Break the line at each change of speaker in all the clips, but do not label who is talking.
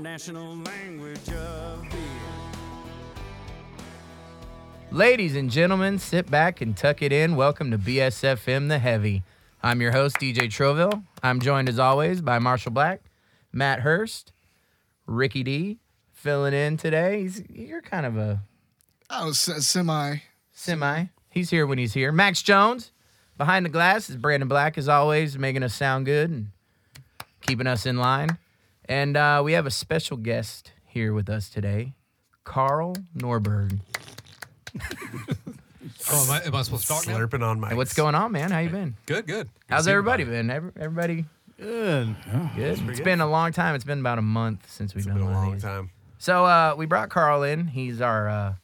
national language of beer.
Ladies and gentlemen, sit back and tuck it in. Welcome to BSFM The Heavy. I'm your host, DJ Troville. I'm joined as always by Marshall Black, Matt Hurst, Ricky D, filling in today. He's, you're kind of a
I was se- semi.
semi. He's here when he's here. Max Jones, behind the glass, is Brandon Black, as always, making us sound good and keeping us in line. And uh, we have a special guest here with us today, Carl Norberg.
Oh, am I, am I supposed to talk now?
Slurping on my.
Hey, what's going on, man? How you been?
Good, good.
How's everybody been? Every, everybody
Good.
good? It's been a long time. It's been about a month since
It's
we've done
been a
one of
long
these.
time.
So uh, we brought Carl in. He's our uh,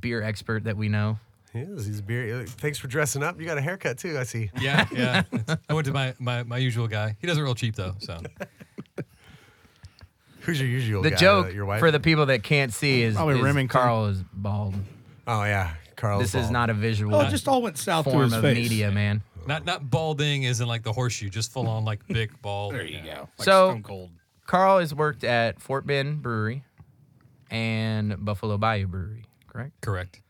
beer expert that we know.
He is. He's beer. Thanks for dressing up. You got a haircut too. I see.
Yeah, yeah. I went to my, my, my usual guy. He does it real cheap though. So
Who's your usual?
The
guy?
joke
Uh, your wife.
for the people that can't see is,
Probably
is
Remington.
Carl is bald.
Oh yeah, Carl.
This is not a visual
Oh, it just all went south through
form
his
of
face.
media, man.
not not balding is in like the horseshoe, just full on like big bald.
There you go. Like
So-
Stone Cold.
Carl has worked at Fort Bend Brewery and Buffalo Bayou Brewery, correct?
Correct.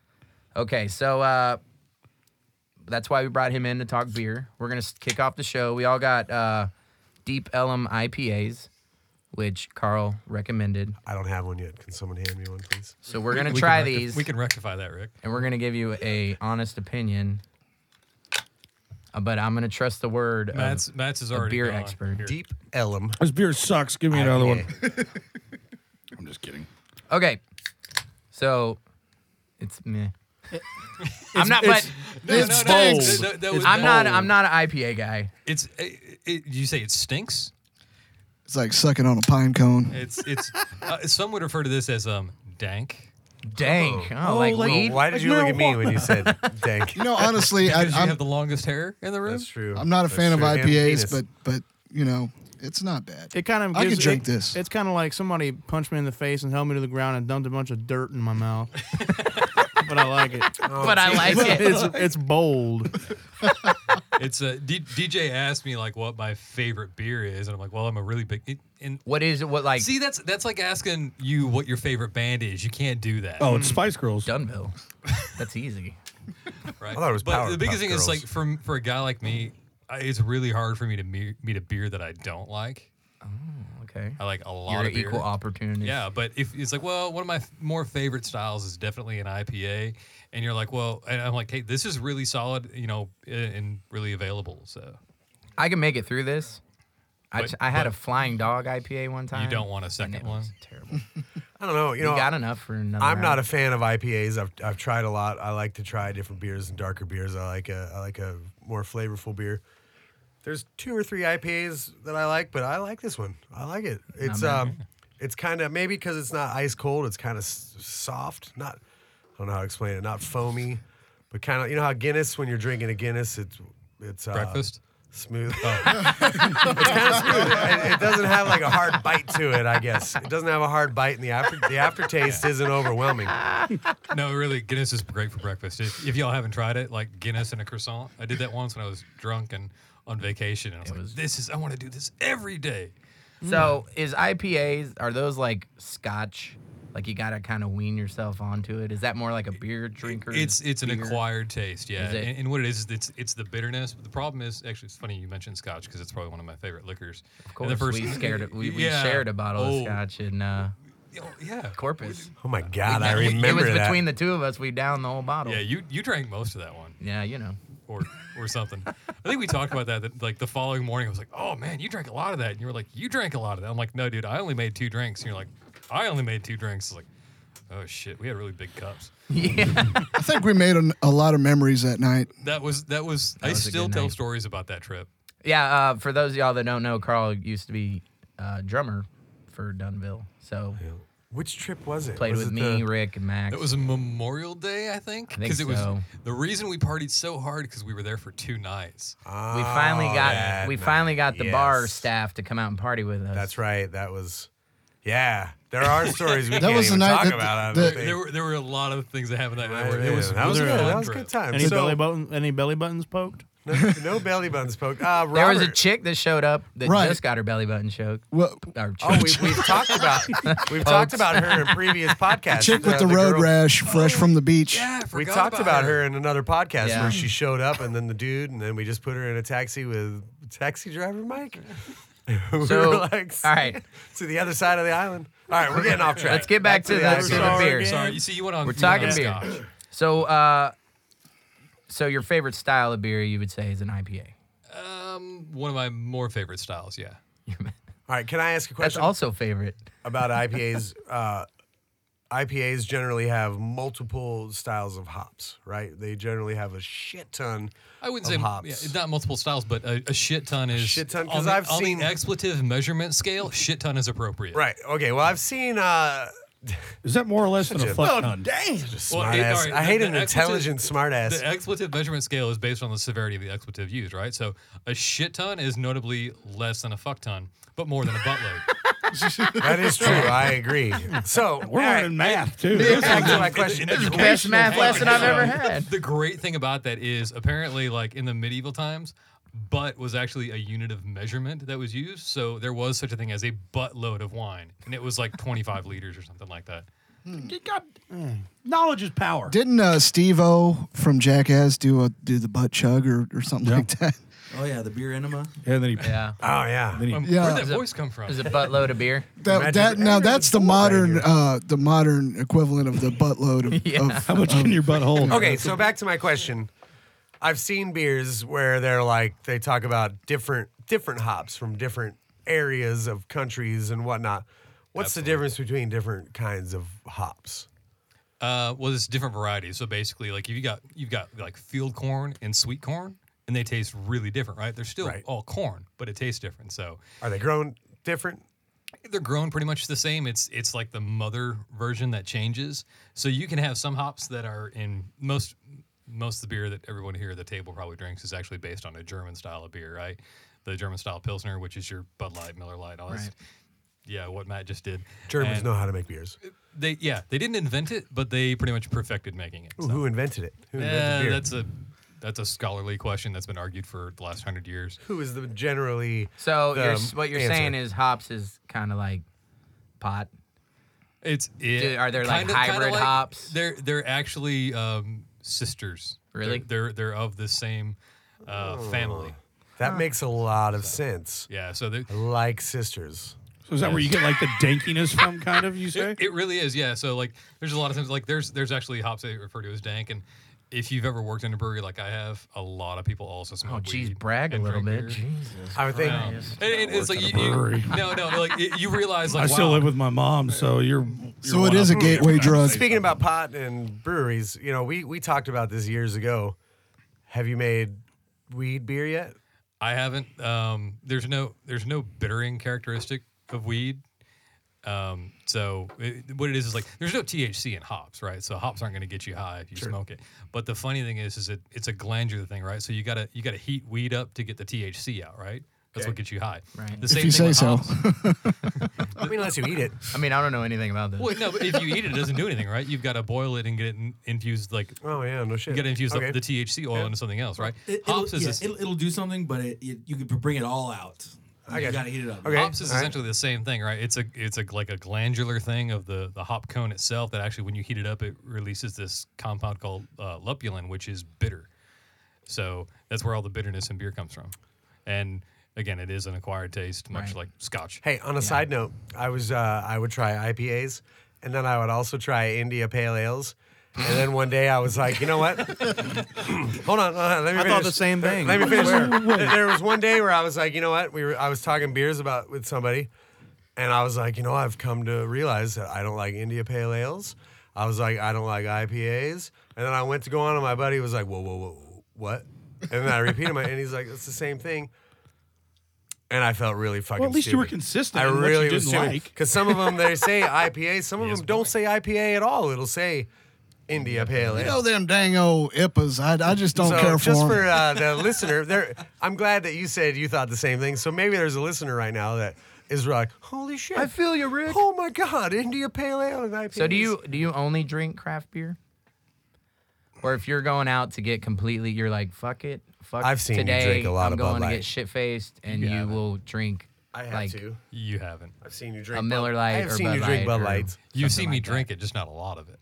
Okay, so uh, that's why we brought him in to talk beer. We're gonna s- kick off the show. We all got uh, Deep Ellum IPAs, which Carl recommended.
I don't have one yet. Can someone hand me one, please?
So we're gonna
We can
try
recti-
these,
We can rectify that, Rick.
and we're gonna give you a honest opinion. Uh, But I'm gonna trust the word. of-
Matt's Matt's is already
beer
gone.
expert.
Here.
Deep Ellum.
This beer sucks. Give me another one.
IPA.
I'm just kidding.
okay, so it's meh. I'm not, but
No,
It's
no, no,
bold.
that- that- that was
I'm not.
bold.
I'm not an IPA guy.
It's. It, it, you say it stinks.
It's like sucking on a pine cone.
It's. It's. uh, some would refer to this as um dank.
Dang, oh,
Oh,
like,
like-
weed.
Why did
Like
you look at me when you said dank?
You know, honestly, I,
Because you
I'm,
have the longest hair in the room.
That's true.
I'm not a
That's
fan of
true. And
IPAs,
penis.
but but you know, it's not bad.
It kind of.
I
gives-
could drink
it-
this.
It's kind of like somebody punched me in the face and held me to the ground and dumped a bunch of dirt in my mouth. but I like it.
But I like it.
It's, it's bold.
It's a D, DJ asked me like what my favorite beer is, and I'm like, well, I'm a really big. It, and
What is it? What like
See, that's that's like asking you what your favorite band is. You can't do that.
Oh, it's Spice Girls.
Dunville? That's easy.
right.
I thought it was
But
Powerpuff
the biggest thing
Girls.
is like for for a guy like me, I, it's really hard for me to me- meet a beer that I don't like.
Okay.
I like a lot
You're
of beer.
equal opportunity.
yeah, but if it's like, well, one of my f- more favorite styles is definitely an IPA, and you're like, well, and I'm like, hey, this is really solid, you know, a- and really available. So
I can make it through this. I,
But-
j- I had a
but-
flying dog IPA one time.
you don't want a
and
second
it
one.
was Terrible.
I don't know. You know,
we got enough for another.
I'm not a
round.
fan of IPAs. I've, I've tried a lot. I like to try different beers and darker beers. I like a I like a more flavorful beer. There's two or three IPAs that I like, but I like this one. I like it. It's
bad.
um, it's kind of maybe because it's not ice cold. It's kind of s- soft. Not I don't know how to explain it. Not foamy, but kind of you know how Guinness when you're drinking a Guinness, it's it's uh,
Breakfast.
smooth. it's kind of smooth. It, it doesn't have like a hard bite to it. I guess it doesn't have a hard bite, and the after the aftertaste isn't overwhelming.
No, really, Guinness is great for breakfast. If, if y'all haven't tried it, like Guinness and a croissant. I did that once when I was drunk and on vacation, and I was like, this is I want to do this every day.
So is IPAs? Are those like Scotch? Like you gotta kind of wean yourself onto it. Is that more like a beer drinker?
It's it's an
beer?
acquired taste, yeah.
Is it-
And, and what it is, it's it's the bitterness. But the problem is, actually, it's funny you mentioned Scotch because it's probably one of my favorite liquors.
Of course,
the first-
we scared it. We, we
Yeah.
shared a bottle
Oh,
of Scotch in uh,
you know, Yeah,
Corpus.
Oh my God, I
We-
remember
It was
that.
between the two of us. We downed the whole bottle.
yeah. You you drank most of that one,
Yeah, you know.
or or something. I think we talked about that. That like the following morning, I was like, oh man, you drank a lot of that, and you were like, you drank a lot of that. I'm like, no, dude, I only made two drinks. And you're like, I only made two drinks. I was like, oh shit, we had really big cups.
I think we made an, a lot of memories that night.
That was that was. I
was a
still
good
tell
night.
stories about that trip.
Yeah, uh, for those of y'all that don't know, Carl used to be uh, drummer for Dunville. So
Which trip was it?
played
Was
with
it
me,
the-
Rick, and Max.
That was a Memorial Day, I think,
think
because it was
so.
the reason we partied so hard because we were there for two nights.
we finally
Oh,
got
that
we
night.
finally got the bar
Yes.
staff to come out and party with us.
That's right. That was. Yeah, there are stories we
That
can't
was the
even
night
talk
that
about.
the-
I
the-
don't think.
There were there were a lot of things that happened that night.
I
It
mean,
was
that was
really
good.
fun
That was a
trip.
good time.
Any
So,
belly button? Any belly buttons poked?
No, no belly buttons poked. Uh, Robert,
There was a chick that showed up that
Right.
just got her belly button choked.
Well,
Or choked.
Oh, we, we've talked about we've talked about her in previous podcasts.
chick with
Uh,
the road
girl-
rash, fresh from the beach.
Yeah, I forgot
We talked about, her. in another podcast
Yeah.
where she showed up, and then the dude, and then we just put her in a taxi with taxi driver Mike. we
So,
were like,
all right.
to the other side of the island. All right, we're getting off track.
Let's get back to the-
other
to the
side.
Sorry,
beer.
sorry. You see, you went on.
We're
you went
talking beer.
on Scotch.
So, uh, so your favorite style of beer you would say is an IPA.
Um, one of my more favorite styles. Yeah.
All right, can I ask a
That's
question
also favorite.
about IPAs? Uh, IPAs generally have multiple styles of hops, right? They generally have a shit ton.
I wouldn't say
of hops.
yeah, it's not multiple styles, but a, a shit ton is
shit ton, 'cause
on the-
I've
on
seen-
the expletive measurement scale. Shit ton is appropriate.
Right. Okay. Well, I've seen. Uh,
Is that more or less than a fuck ton?
dang.
Well,
Smart
it-
ass.
all right,
I hate
the-
an
the expletive-
intelligent smartass.
The expletive measurement scale is based on the severity of the expletive used, right? So a shit ton is notably less than a fuck ton, but more than a buttload.
That is true. I agree. So
We're
all right,
learning math too.
Back to my question.
This is the
Best math lesson I've
So,
ever had.
The great thing about that is apparently, like in the medieval times, butt was actually a unit of measurement that was used. So there was such a thing as a buttload of wine, and it was like 25 liters or something like that.
You got- eh, knowledge is power.
Didn't uh, Steve O from Jackass do a do the butt chug or, or something like that?
Oh yeah, the beer enema.
and then he
Yeah.
Oh yeah.
then he
Um,
Yeah.
Where'd that
Is it-
voice come from?
Is a buttload of beer.
That,
Imagine-
that now that's the
Right
modern
here.
uh, the modern equivalent of the buttload of, of
How much in your butthole?
Okay, so back to my question. I've seen beers where they're like they talk about different different hops from different areas of countries and whatnot. What's the difference between different kinds of hops?
Uh, well, it's different varieties. So basically, like if you got you've got like field corn and sweet corn, and they taste really different, right? They're still
Right.
all corn, but it tastes different. So
Are they grown different?
they're grown pretty much the same. It's it's like the mother version that changes. So you can have some hops that are in most most of the beer that everyone here at the table probably drinks is actually based on a German style of beer, right? The German style pilsner, which is your Bud Light, Miller Light, all this. Yeah, what Matt just did.
Germans
And Uh,
know how to make beers.
They yeah, they didn't invent it, but they pretty much perfected making it.
Ooh,
so.
who invented it? Who invented
Yeah,
beer?
that's a that's a scholarly question that's been argued for the last hundred years.
who is the generally
So
the
you're, s- what you're
answer?
saying is hops is kind of like pot.
It's it,
Do- are there, like,
kinda- kinda
hybrid
like-
hops?
They're they're actually um, sisters. They're-
Really?
They're they're, of the same uh, family.
Oh. that makes a lot of sense.
Yeah. So they,
Like sisters.
So is that where you get like the dankiness from? Kind of, you say?
it, it really is. Yeah. So like, there's a lot of things like there's there's actually hops they refer to as dank and. If you've ever worked in a brewery like I have, a lot of people also smoke.
Oh, geez,
weed
brag a
and
little
drink
bit.
beer.
Jesus.
I would think
No, And- and it's like you,
a
you-
brewery.
no, no, like it, you realize like
I still
wow,
live with my mom, so you're. you're
So
one
it is a
up.
gateway drug.
Speaking about pot and breweries, you know, we we talked about this years ago. Have you made weed beer yet?
I haven't. Um, there's no there's no bittering characteristic of weed. Um, so it, what it is is like there's no THC in hops, right? So hops aren't going to get you high if you smoke it. But the funny thing is, is it it's a glandular thing, right? So you gotta you gotta heat weed up to get the THC out, right? That's what gets you high.
Right.
The
If
same
you
thing
say
with
so.
hops.
I mean, unless you eat it.
I mean, I don't know anything about this.
well, no, but if you eat it, it doesn't do anything, right? You've got to boil it and get it in, infused like
Oh yeah, no shit.
you got to infuse the-
Okay.
the, THC oil into something else, right?
It, it'll,
hops is
yeah,
this-
it'll, it'll do something, but it, it, you could bring it all out.
I
you
gotcha.
got to heat it up.
Okay.
Hops is
all right.
essentially the same thing, right? It's a it's a like a glandular thing of the the hop cone itself that actually when you heat it up, it releases this compound called uh, lupulin, which is bitter. So that's where all the bitterness in beer comes from. And again, it is an acquired taste, much
Right.
like Scotch.
Hey, on a side note, I was uh, I would try IPAs, and then I would also try India Pale Ales. And then one day I was like, you know what? hold on, hold on. Let me
I
finish.
thought the same thing.
Let me finish. There- there was one day where I was like, you know what? We were I was talking beers about with somebody, and I was like, you know, I've come to realize that I don't like India Pale Ales. I was like, I don't like IPAs. And then I went to go on, and my buddy was like, whoa, whoa, whoa, what? And then I repeated my, and he's like, it's the same thing. And I felt really fucking.
Well, at least you were
stupid.
consistent.
I
in what
really
you
was
didn't
stupid
like.
because some of them they say IPA, some of them don't say IPA at all. It'll say India Pale Ale.
You know them dang old IPAs. I, I just don't
so
care for
just
them.
for uh, the listener, there. I'm glad that you said you thought the same thing. So maybe there's a listener right now that is like, "Holy shit!
I feel you, Rick.
oh my god, India Pale Ale and IPA."
So do you do you only drink craft beer? Or if you're going out to get completely, you're like, fuck it, fuck.
I've seen you
today,
drink a lot
I'm
of Bud
going to
Light.
get shit faced, and you,
haven't.
will drink.
I have
like,
to.
You haven't.
I've seen you drink
a Miller
Bud-
Lite
I have
or
seen
Bud
you drink
Light
Bud
or-
Lights
You've
Something
seen me
like
drink it, just not a lot of it.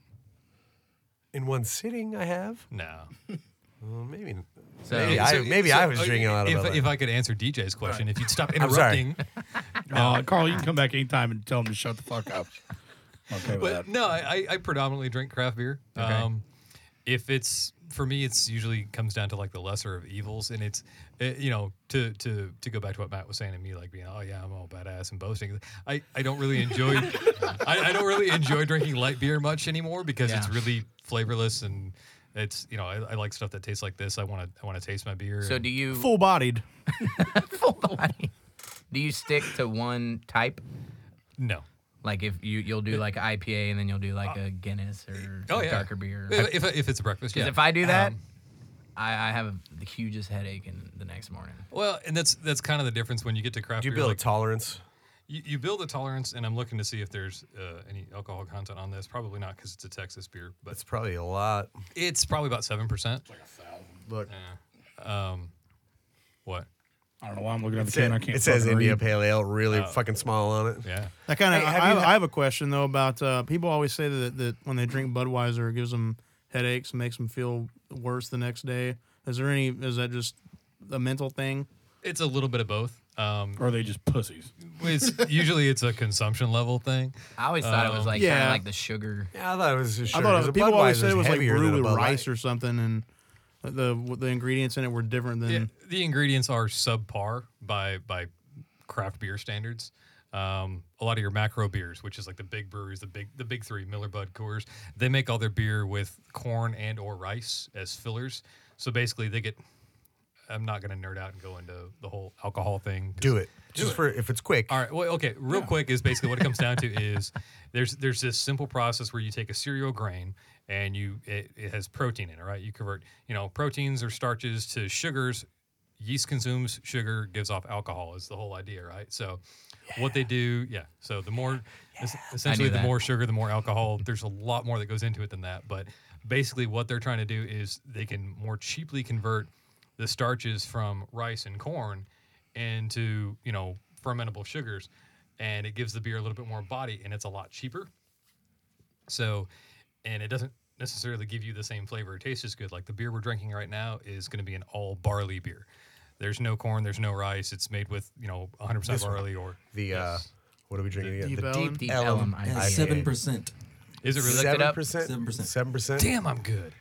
in one sitting. I have.
No.
Well, maybe.
So
Maybe I- was
uh,
drinking a lot of
if,
Bud Light.
If I could answer DJ's question, if you'd stop
I'm sorry.
interrupting.
Uh, Carl, you can come back anytime and tell him to shut the fuck up. I'm Okay, with
But
that.
no, I, I- I predominantly drink craft beer. Um, if it's for me, it's usually comes down to like the lesser of evils, and it's uh, you know to to to go back to what Matt was saying to me, like being oh yeah, I'm all badass and boasting. I, I don't really enjoy I, I don't really enjoy drinking light beer much anymore because it's
Yeah.
really flavorless and it's you know I, I like stuff that tastes like this. I want to I want to taste my beer.
so
and-
do you
Full bodied.
full body? Do you stick to one type?
no.
Like if you you'll do like IPA and then you'll do like a Guinness or
Oh
a
yeah,
darker beer. Because
If, if, if it's a breakfast, yeah.
if I do that,
Um,
I, I have the hugest headache in the next morning.
well, and that's that's kind of the difference when you get to craft
Do you
beer.
build
like-
a tolerance?
You, you build a tolerance, and I'm looking to see if there's uh, any alcohol content on this. Probably not because it's a Texas beer, but
That's probably a lot.
it's probably about seven percent.
Look,
Um, what?
I don't know why I'm looking at the
it,
can.
said-
I can't.
it says
fucking
India
read.
Pale Ale, really fucking small on it.
Oh. Yeah,
That kind of.
Hey,
I,
have
I,
you ha-
I have a question though about uh, people always say that that when they drink Budweiser, it gives them headaches, makes them feel worse the next day. Is there any? Is that just a mental thing?
it's a little bit of both. Um,
Or are they just pussies?
it's usually it's a consumption level thing.
I always thought it was
Um,
like kind
yeah.
of like the sugar.
Yeah, I thought it was. Just
I
sugar.
thought it
The
was, people always
Budweiser's
said it was like
heavier than
brewed
a
with
Bud Light.
rice or something, and the the ingredients in it were different than.
The, the ingredients are subpar by by craft beer standards. Um, a lot of your macro beers, which is like the big breweries, the big the big three, Miller, Bud, Coors, they make all their beer with corn and or rice as fillers. So basically, they get. I'm not going to nerd out and go into the whole alcohol thing. 'cause-
Do it just for if it's quick.
all right. Well, okay. Real quick is basically what it comes down to is there's there's this simple process where you take a cereal grain and you it, it has protein in it, right? You convert you know proteins or starches to sugars. Yeast consumes sugar, gives off alcohol. Is the whole idea, right? So, what they do, yeah. So the more es- essentially the
that.
more sugar, the more alcohol. There's a lot more that goes into it than that, but basically what they're trying to do is they can more cheaply convert the starches from rice and corn into you know fermentable sugars and it gives the beer a little bit more body and it's a lot cheaper so and it doesn't necessarily give you the same flavor it tastes as good like the beer we're drinking right now is going to be an all barley beer there's no corn there's no rice it's made with you know 100%
This one.
barley or
The uh,
Yes.
what are we drinking? again?
Deep
the
Ellum.
Deep
Ellum
Ellum
IPA.
IPA.
Seven percent.
is it really
Look it
Seven
up.
percent.
7%.
Seven percent.
damn i'm good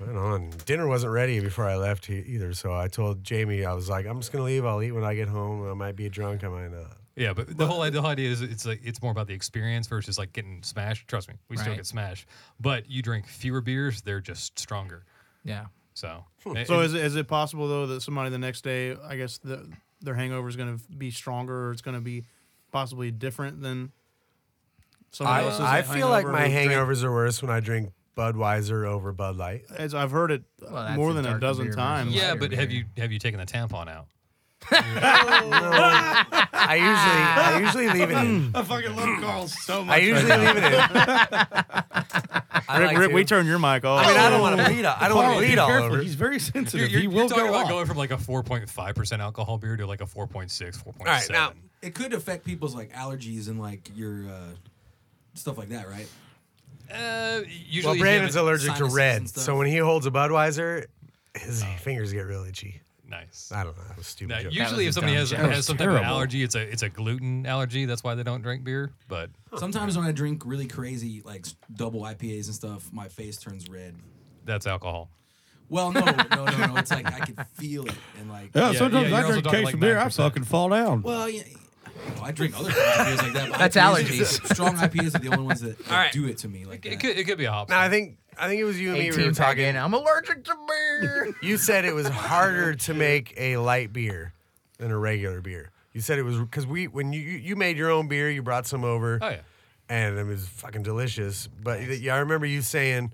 Right on. Dinner wasn't ready before I left he- either, so I told Jamie I was like, "I'm just gonna leave. I'll eat when I get home. I might be drunk. I might not."
Yeah, but the whole the whole idea is it's like it's more about the experience versus like getting smashed. Trust me, we still
Right.
get smashed, but you drink fewer beers; they're just stronger.
Yeah.
So,
Hmm.
eh, and-
So
and
is it, is it possible though that somebody the next day, I guess the, their hangover is going to be stronger, or it's going to be possibly different than somebody else's?
I, I feel like
hangover
my
who drank-
hangovers are worse when I drink Budweiser over Bud Light.
As I've heard it
that's
more
a
than a
darker
dozen
beer versus
times.
yeah,
lighter
but have
beer.
you have you taken the tampon out?
I usually, I usually leave it in.
I fucking love Carl so much.
I usually leave it in. I
Rick,
like
Rick,
to.
we turn your mic off.
I mean, I don't
Oh.
want to bleed. I don't want
Oh,
to
Carl, be
bleed all
careful.
over.
He's very
You're,
sensitive.
you're,
he
you're
will
talking
go
about
off.
going from like a 4.5 percent alcohol beer to like a 4.6, 4.7.
All right, now
It could affect people's like allergies and like your uh, stuff like that, right?
uh, usually
Well,
you
Brandon's
haven't-
allergic to
sinuses
red,
and stuff.
so when he holds a Budweiser, his fingers get real itchy.
Oh. nice.
I don't know. That was a stupid.
Now,
joke.
usually,
was
if
a
somebody
dumb
has,
joke.
That
has
was
some type of
terrible.
allergy, it's a it's a gluten allergy. That's why they don't drink beer. But
Sometimes when I drink really crazy like s- double IPAs and stuff, my face turns red.
that's alcohol.
Well, no, no, no, no. It's like I can feel it and like.
Yeah,
Yeah, yeah,
sometimes
you're
I
also
drink a
talking
case
like
of beer, I
9%.
fucking fall down. Oh,
Well, yeah, I, don't know, I drink other kinds of beers like that. but
That's
IPAs Strong IPAs are the only ones that, that
right.
do it to me. Like
It
that.
could, it could be a hop.
Now, I think I think it was you and me. We were
18 pack in.
talking.
I'm allergic to beer.
You said it was harder to make a light beer than a regular beer. You said it was because we when you you made your own beer, you brought some over.
Oh, yeah.
and it was fucking delicious. But yeah, I remember you saying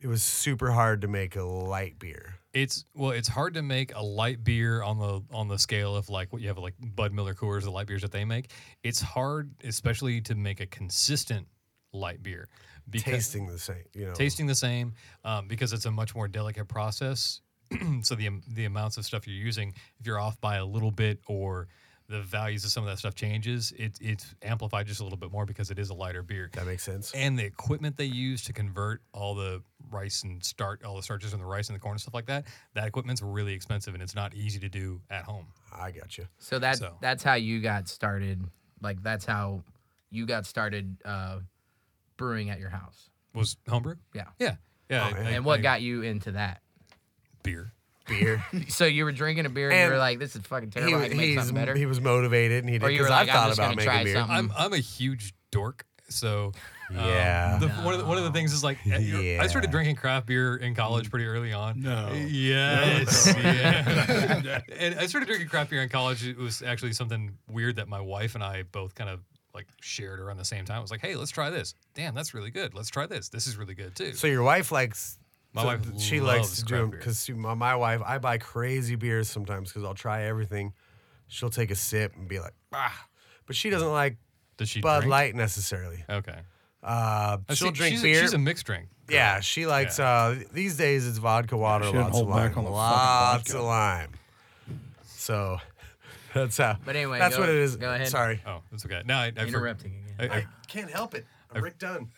it was super hard to make a light beer.
It's well, it's hard to make a light beer on the on the scale of like what you have like Bud Miller Coors, the light beers that they make. It's hard, especially to make a consistent light beer. Because,
tasting the same. You know,
tasting the same um, because it's a much more delicate process. so the am- the amounts of stuff you're using, if you're off by a little bit or the values of some of that stuff changes, it, it's amplified just a little bit more because it is a lighter beer.
That makes sense.
And the equipment they use to convert all the rice and start all the starches from the rice and the corn and stuff like that, that equipment's really expensive and it's not easy to do at home.
I got you.
So that's
So-
that's how you got started. Like that's how you got started uh, brewing at your house.
Was homebrew?
Yeah.
Yeah. Yeah.
Oh,
I- I-
And what
I-
got you into that?
beer?
Beer.
So you were drinking a beer and, you
And
were like, "This is fucking terrible. I
he,
can make
he's,
something better."
he was motivated and he
Or
did
you were
because
like,
I
"I'm
thought
just gonna
about
try
making beer.
something."
I'm I'm a huge dork, so um,
Yeah.
the, one, of the, one of the things is like at- you know, I started
Yeah.
drinking craft beer in college pretty early on.
No.
Yes. yeah. and I started drinking craft beer in college. It was actually something weird that my wife and I both kind of like shared around the same time. It was like, hey, let's try this. Damn, that's really good. Let's try this. This is really good too.
So your wife likes.
My
so
wife
th- she
loves
likes to do
craft
them
beer.
because my, my wife I buy crazy beers sometimes because I'll try everything. She'll take a sip and be like, ah, but she doesn't like
Does she
Bud
drink?
Light necessarily.
Okay.
Uh,
Uh,
she'll
see,
drink
she's, a-
beer.
she's a mixed drink. girl.
yeah, she likes. Uh, these days it's vodka water,
She didn't
lots of
hold
lime,
back on the fucking
lots
vodka.
of lime. So that's how.
But anyway,
that's
go-
what it is.
go ahead.
Sorry,
Oh, that's okay. No, I, I, for-
Interrupting again.
I, I,
can't help it. I'm Rick Dunn.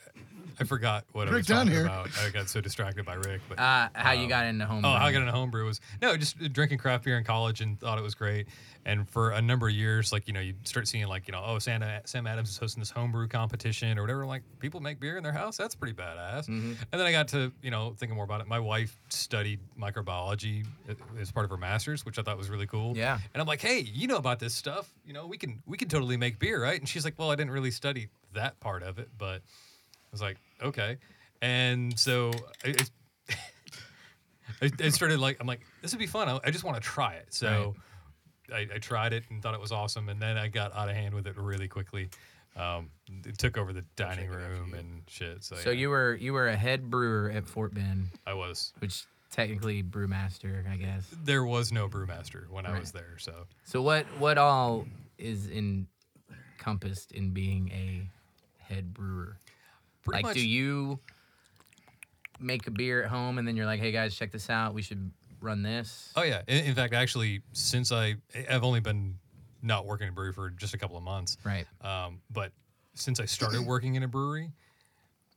I forgot what I
Rick
was
Dunn
talking
here.
about. I got so distracted by Rick. But
Uh, how you got into home?
Oh, how I
brewing.
got into homebrew was no, just drinking craft beer in college and thought it was great. And for a number of years, like you know, you start seeing like you know, oh, Santa, Sam Adams is hosting this homebrew competition or whatever. I'm like people make beer in their house. That's pretty badass.
Mm-hmm.
And then I got to you know thinking more about it. My wife studied microbiology a- as part of her master's, which I thought was really cool.
Yeah.
And I'm like, hey, you know about this stuff? You know, we can we can totally make beer, right? And she's like, well, I didn't really study that part of it, but I was like, okay. And so I, I- I, I started like, I'm like, this would be fun. I, I just want to try it. So I, I tried it and thought it was awesome. And then I got out of hand with it really quickly. Um, it took over the dining room and shit. So,
So
yeah,
you were you were a head brewer at Fort Bend,
I was.
which technically brewmaster, I guess.
There was no brewmaster when I was there. So
So what what all is in encompassed in being a head brewer?
pretty
like,
much.
do you make a beer at home and then you're like, "Hey guys, check this out. We should run this."
Oh yeah. In, in fact, actually, since I I've only been not working in a brewery for just a couple of months.
Right.
Um, but since I started working in a brewery,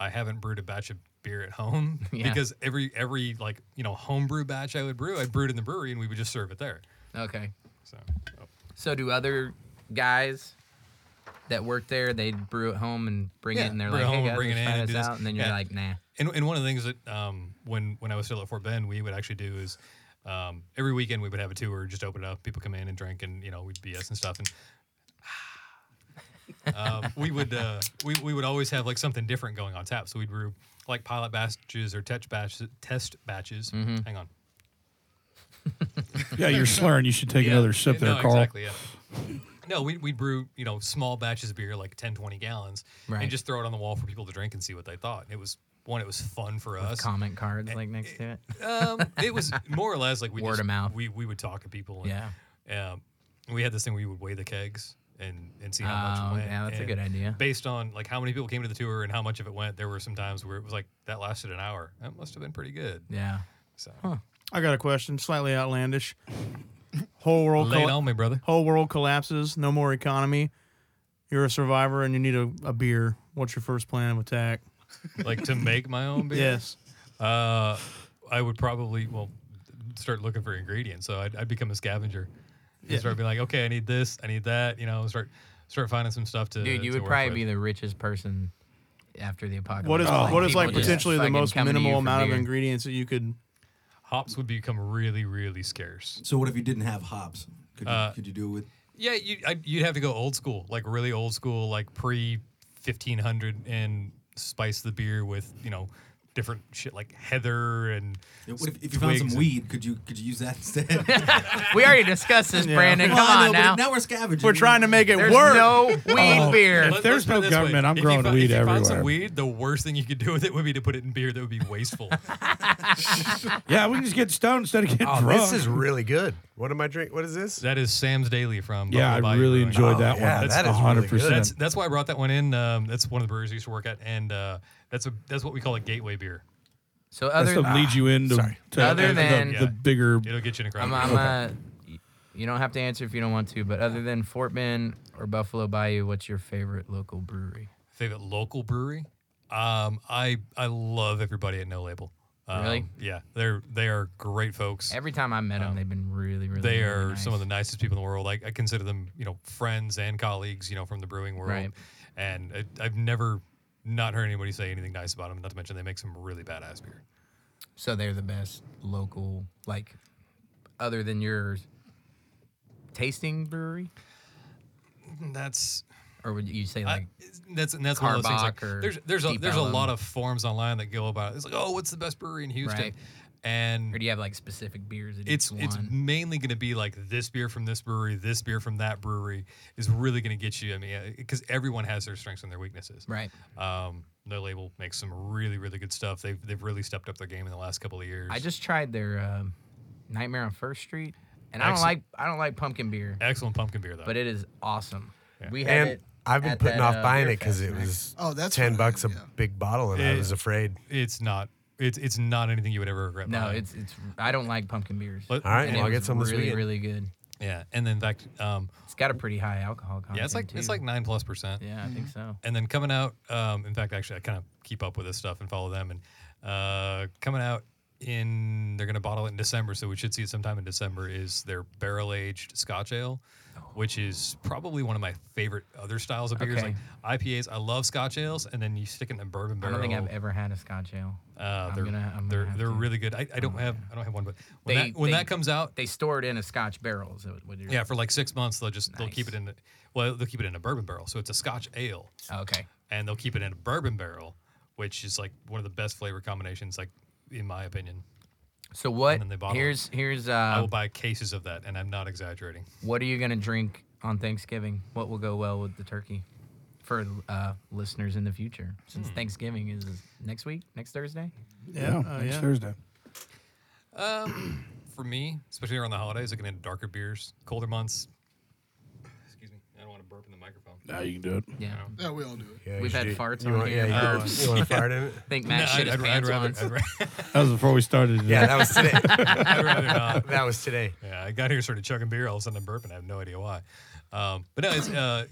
I haven't brewed a batch of beer at home
Yeah.
because every every like you know homebrew batch I would brew, I brewed in the brewery and we would just serve it there.
Okay.
So oh.
So do other guys that work there? They brew at home and bring
Yeah,
it, and they're
brew
like,
at home and
"Hey guys,
bring it in
let's try
and
this
do this."
out," and then you're
Yeah.
like, "Nah."
And, and one of the things that um, when when I was still at Fort Bend, we would actually do is um, every weekend we would have a tour, just open it up, people come in and drink, and you know we'd BS and stuff, and um, we would uh, we we would always have like something different going on tap. So we'd brew like pilot batches or test batches. Test batches.
Mm-hmm.
Hang on.
Yeah, you're slurring. You should take
Yeah.
another sip there,
no,
Carl.
Exactly. Yeah. No, we we brew you know small batches of beer like 10, 20 gallons,
Right.
and just throw it on the wall for people to drink and see what they thought. And it was one, it was fun for us.
Comment cards like next to it.
um, it was more or less like we
Word
just-
of mouth.
We we would talk to people. And, yeah. Um, we had this thing where you would weigh the kegs and and see how
Oh,
much went.
yeah, that's a
and
good idea.
Based on like how many people came to the tour and how much of it went, there were some times where it was like that lasted an hour. That must have been pretty good.
Yeah.
So
I got a question, slightly outlandish. Whole world,
lay it
colla-
on me, brother.
whole world collapses. No more economy. You're a survivor, and you need a, a beer. What's your first plan of attack?
Like to make my own beer.
Yes.
Uh, I would probably well start looking for ingredients. So I'd, I'd become a scavenger. And
Yeah.
Start being like, okay, I need this, I need that. You know, start start finding some stuff to.
Dude, you
to
would
work
probably
with.
be the richest person after the apocalypse.
What is
Oh,
what is like
people just
potentially the
fucking
most
coming to you
minimal
for
amount of
beer.
ingredients that you could?
hops would become really, really scarce. Uh,
So what if you didn't have hops? Could you, could you do it with?
Yeah, you, I, you'd have to go old school, like really old school, like pre 1500, and spice the beer with you know different shit like heather and
What if, if you found some
twigs and-
weed, could you could you use that instead?
We already discussed this, Brandon.
Well, I
Come on
know, but
now.
Now we're scavenging. Oh.
We're trying to make it
There's
work.
no weed beer.
Let- let's
there's
put
no
it this
government, I'm
If you
growing
fi- if
weed
you Find some
everywhere.
weed. The worst thing you could do with it would be to put it in beer. That would be wasteful.
Yeah, we can just get stoned instead of getting
Oh,
drunk.
this is really good. What am I drink? What is this?
that is Sam's Daily from.
yeah,
Buffalo
I
Bayou
really
Brewing.
enjoyed
Oh,
that
yeah,
one. That's
that is really
hundred
good.
So that's
percent.
that's why I brought that one in. Um, that's one of the breweries I used to work at, and uh, that's a that's what we call a gateway beer. Ah,
So
That's
other
to lead you into
sorry.
to
Other
the-
than-
the, the bigger.
It'll get you in a crowd.
I'm, I'm uh, y- you don't have to answer if you don't want to, but other than Fort Bend or Buffalo Bayou, what's your favorite local brewery?
favorite local brewery. Um, I I love everybody at No Label. Um,
Really?
Yeah, they're they are great folks. Um,
Every time I met them, they've been really, really.
they
really
are some of the
nice.
nicest people in the world. I, I consider them, you know, friends and colleagues, you know, from the brewing world.
Right.
And I, I've never not heard anybody say anything nice about them. Not to mention they make some really badass beer.
So they're the best local, like, other than your tasting brewery,
That's
or would you say like?
I, that's and that's one of those things. Like,
Carbach or
there's there's a,
Deep
there's a lot
Ellum.
of forums online that go about it. It's like, oh, what's the best brewery in Houston?
Right.
And
or do you have like specific beers? At
it's
each
it's
one?
mainly going to be like this beer from this brewery, this beer from that brewery is really going to get you. I mean, because everyone has their strengths and their weaknesses.
right.
Um, no label makes some really really good stuff. They've they've really stepped up their game in the last couple of years.
I just tried their um, Nightmare on First Street, and I don't
Excellent.
like I don't like pumpkin beer,
excellent pumpkin beer though.
but it is awesome. We had
And
it
I've been
at
putting
that,
off
uh,
buying
beer
it because
fest
it
night.
was
Oh, that's
ten
what I-
bucks a
yeah.
big bottle, and I
It-
was afraid.
it's not it's it's not anything you would ever regret.
No,
buying.
it's it's. I don't like pumpkin beers.
Let-
All right,
And
well,
it
I'll
was
get some this
really
weekend.
really good.
yeah. And then in fact, um,
It's got a pretty high alcohol content.
yeah, it's like it's
too.
like Mm-hmm. nine plus percent.
yeah, I think so.
and then coming out um, in fact actually i kind of keep up with this stuff and follow them and uh, coming out in they're going to bottle it in december so we should see it sometime in december is their barrel aged scotch ale which is probably one of my favorite other styles of beers
Okay.
like ipas i love scotch ales and then you stick it in a bourbon
I
barrel
don't think I've ever had a Scotch ale.
uh,
I'm
they're
gonna- I'm gonna
they're,
have
they're
to. Oh
really good. I, I don't have I don't have one, but when,
They-
that, when
they-
that comes out,
They store it in a Scotch barrel. Is that what you're?
yeah, for like six months they'll just they'll keep
Nice.
it in the, well they'll keep it in a bourbon barrel, so it's a Scotch ale.
Oh, Okay.
and they'll keep it in a bourbon barrel, which is like one of the best flavor combinations, like in my opinion.
So what?
then they bottle it.
Here's here's
I
uh,
will buy cases of that, and I'm not exaggerating.
what are you gonna drink on Thanksgiving? What will go well with the turkey? For uh, listeners in the future,
Hmm.
since Thanksgiving is next week, next Thursday.
Yeah, uh,
next
yeah.
Thursday.
Um,
For me, especially around the holidays, looking into darker beers, colder months. Excuse me, I don't want to burp in the microphone.
Now you can do it.
Yeah,
Yeah, we all do it.
Yeah,
We've had
you-
farts
you
on
want,
here.
Yeah, you, you want to fart in it?
I think
Oh. No,
Matt shit
I'd,
his
I'd,
pants
rather,
once.
I'd, ra-
That was before we started.
Yeah, that was today.
I'd rather not.
that was today.
Yeah, I got here, started chugging beer, all of a sudden I'm burping. I have no idea why. Um, but no, it's uh,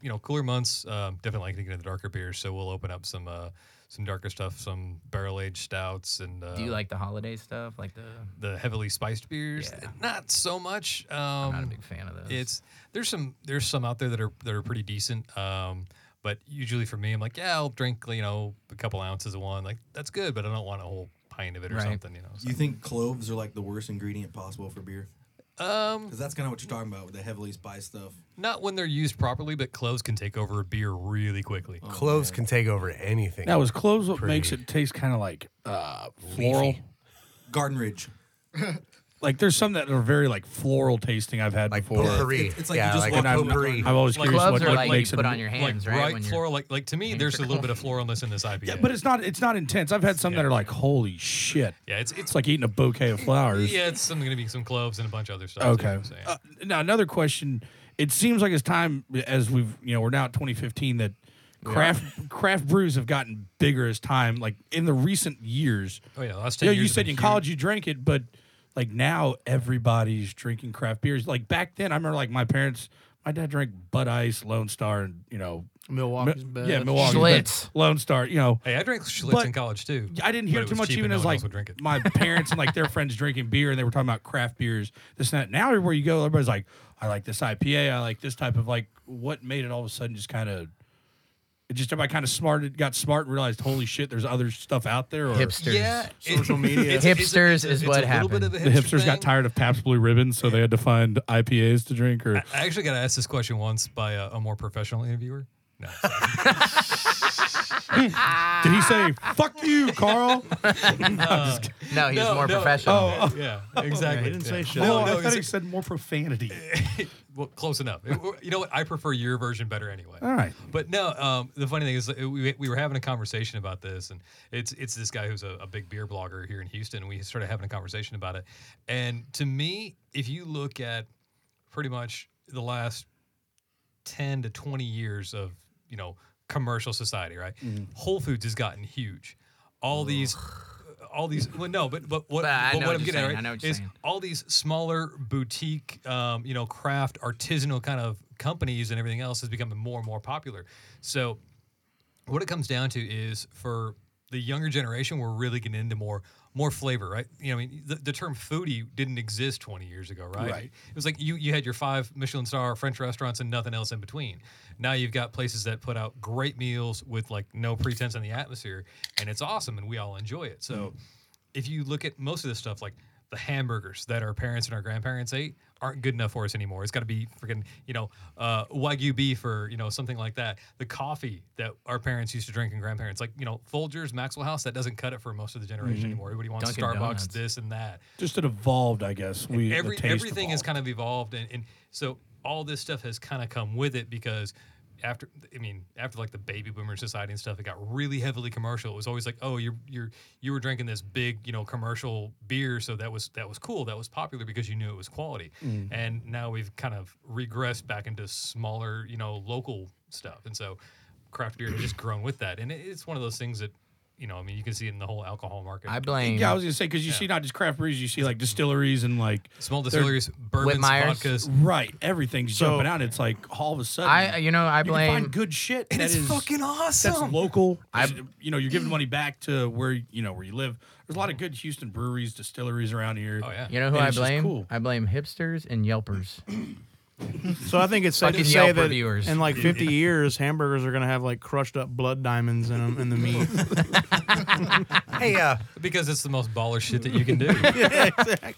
you know cooler months. Um, definitely like to get into the darker beers, so we'll open up some uh, some darker stuff, some barrel aged stouts, and uh,
Do you like the holiday stuff? Like the
the heavily spiced beers.
Yeah.
Not so much. Um,
not a big fan of those.
It's there's some there's some out there that are that are pretty decent. Um, but usually for me, I'm like, yeah, I'll drink you know a couple ounces of one. Like that's good, but I don't want a whole pint of it or
Right.
something. You know. So,
You think cloves are like the worst ingredient possible for beer?
um,
Because that's kind of what you're talking about with the heavily spiced stuff.
not when they're used properly, but cloves can take over a beer really quickly.
Cloves can take over anything.
Now is cloves what
Pretty.
makes it taste kind of like uh, floral?
Garden Ridge.
Like there's some that are very like floral tasting. I've had
like
before.
potpourri.
It's- it's like you
yeah,
just
like
walk
an
home with
potpourri.
one.
I'm always
Like
curious
gloves
what,
are
what
like
makes it.
you put on your
Like
hands, right?
bright
When you're-
floral, like like to me, there's a little bit of floralness in this IPA.
yeah, but it's not. It's not intense. I've had some that are like holy shit.
yeah, it's it's
It's like eating a bouquet of flowers.
yeah, it's something gonna be some cloves and a bunch of other stuff.
Okay.
too, so, yeah.
Uh, now another question. It seems like it's time as we've you know we're now at 2015 that craft craft brews have gotten bigger as time. Like in the recent years.
oh yeah, the last ten
Yeah,
years
you
have
said
been
in
huge.
college you drank it, but like now everybody's drinking craft beers. Like back then, I remember like my parents, my dad drank Bud Ice, Lone Star, and you know,
Milwaukee's best.
yeah, Milwaukee
Schlitz.
Lone Star. You know,
Hey, I drank Schlitz
But
in college too.
I didn't
But
hear
it
too
was
much
cheap
even
and no
as
one
like
else would drink it.
my parents and like their friends drinking beer, and they were talking about craft beers, this and that. Now everywhere you go, everybody's like, I like this IPA, I like this type of like. What made it all of a sudden just kind of. It just everybody kind of smarted, got smart, and realized, holy shit, there's other stuff out there. Or
Hipsters.
Yeah,
Social media.
Hipsters is what happened.
the hipsters got tired of Pabst Blue Ribbons, so they had to find IPAs to drink. Or
I actually got asked this question once by a, a more professional interviewer. No, sorry.
Did he say "fuck you, Carl"? Oh,
No, he was
Ah. Um, No,
more
no.
professional.
yeah, exactly.
He didn't say
Yeah.
shit.
No,
no,
Oh, I
he's
thought he
like-
said more profanity.
Well, close enough. It- you know what? I prefer your version better anyway.
All right.
But no, um, the funny thing is, that we, we were having a conversation about this, and it's it's this guy who's a, a big beer blogger here in Houston. And we started having a conversation about it. And to me, if you look at pretty much the last 10 to 20 years of you know commercial society right whole foods has gotten huge all these uh, all these well no but but what,
But uh, I
but what
know
i'm
what you're
getting at
saying,
right,
I know what you're
is
saying.
all these smaller boutique um, you know craft artisanal kind of companies and everything else is becoming more and more popular so what it comes down to is for the younger generation, we're really getting into more more flavor, right? You know, I mean, the, the term foodie didn't exist 20 years ago, right?
Right.
It was like you you had your five Michelin star French restaurants and nothing else in between. Now you've got places that put out great meals with like no pretense in the atmosphere, and it's awesome, and we all enjoy it. So, if you look at most of this stuff, like the hamburgers that our parents and our grandparents ate aren't good enough for us anymore. It's got to be freaking, you know, uh, Wagyu beef or, you know, something like that. The coffee that our parents used to drink and grandparents, like, you know, Folgers, Maxwell House, that doesn't cut it for most of the generation anymore. Everybody wants
Mm-hmm.
Starbucks,
Dunkin' Donuts.
this and that.
Just it evolved, I guess. We the
Every,
taste
everything has
evolved.
kind of evolved. And, and so all this stuff has kind of come with it because after, I mean, after like the baby boomer society and stuff, it got really heavily commercial. It was always like, oh, you're, you're, you were drinking this big, you know, commercial beer. So that was, that was cool. That was popular because you knew it was quality.
Mm-hmm.
And now we've kind of regressed back into smaller, you know, local stuff. And so craft beer has just grown with that. And it, it's one of those things that, you know, I mean, you can see it in the whole alcohol market.
I blame
Yeah, I was gonna say because you see not just craft breweries, you see like distilleries and like
Small distilleries, bourbons,
Whitmeyers.
vodkas.
right, everything's
So-
jumping out. It's like all of a sudden,
I you know I
you can
blame
find good shit. that
it's
is-
fucking
That's
awesome.
local. I, you know, you're
Mm.
giving money back to where you know where you live. There's a lot of good Houston breweries, distilleries around here.
Oh yeah.
you know who
and
I
it's just
blame?
cool.
I blame hipsters and yelpers.
So I think it's safe to
Fucking
say
Yelp
that
reviewers.
in like 50 years, hamburgers are gonna have like crushed up blood diamonds in them in the meat.
Hey, uh,
Because it's the most baller shit that you can do.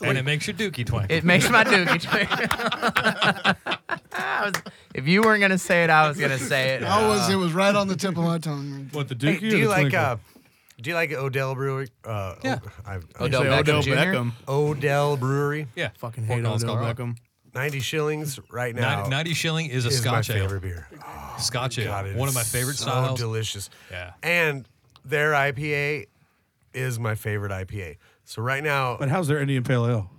And it makes your dookie twang.
It makes my dookie twitch. I was, if you weren't gonna say it, I was gonna say it.
I was. It was right on the tip of my tongue.
What the Dookie?
hey, do you like uh, do you like Odell Brewery? Uh,
Yeah.
I,
Odell
Say
Beckham
Odell
Jr.?
Beckham.
Odell Brewery.
yeah.
Fucking
Fort
hate
Collins,
Odell
Colorado.
Beckham.
Ninety shillings right now.
90, 90 shilling is a
is
scotch
my favorite
ale.
beer.
Scotch ale.
God, it
One of
is
my favorite
so
styles.
delicious.
Yeah.
And their IPA is my favorite IPA. So right now,
But how's their Indian Pale Ale?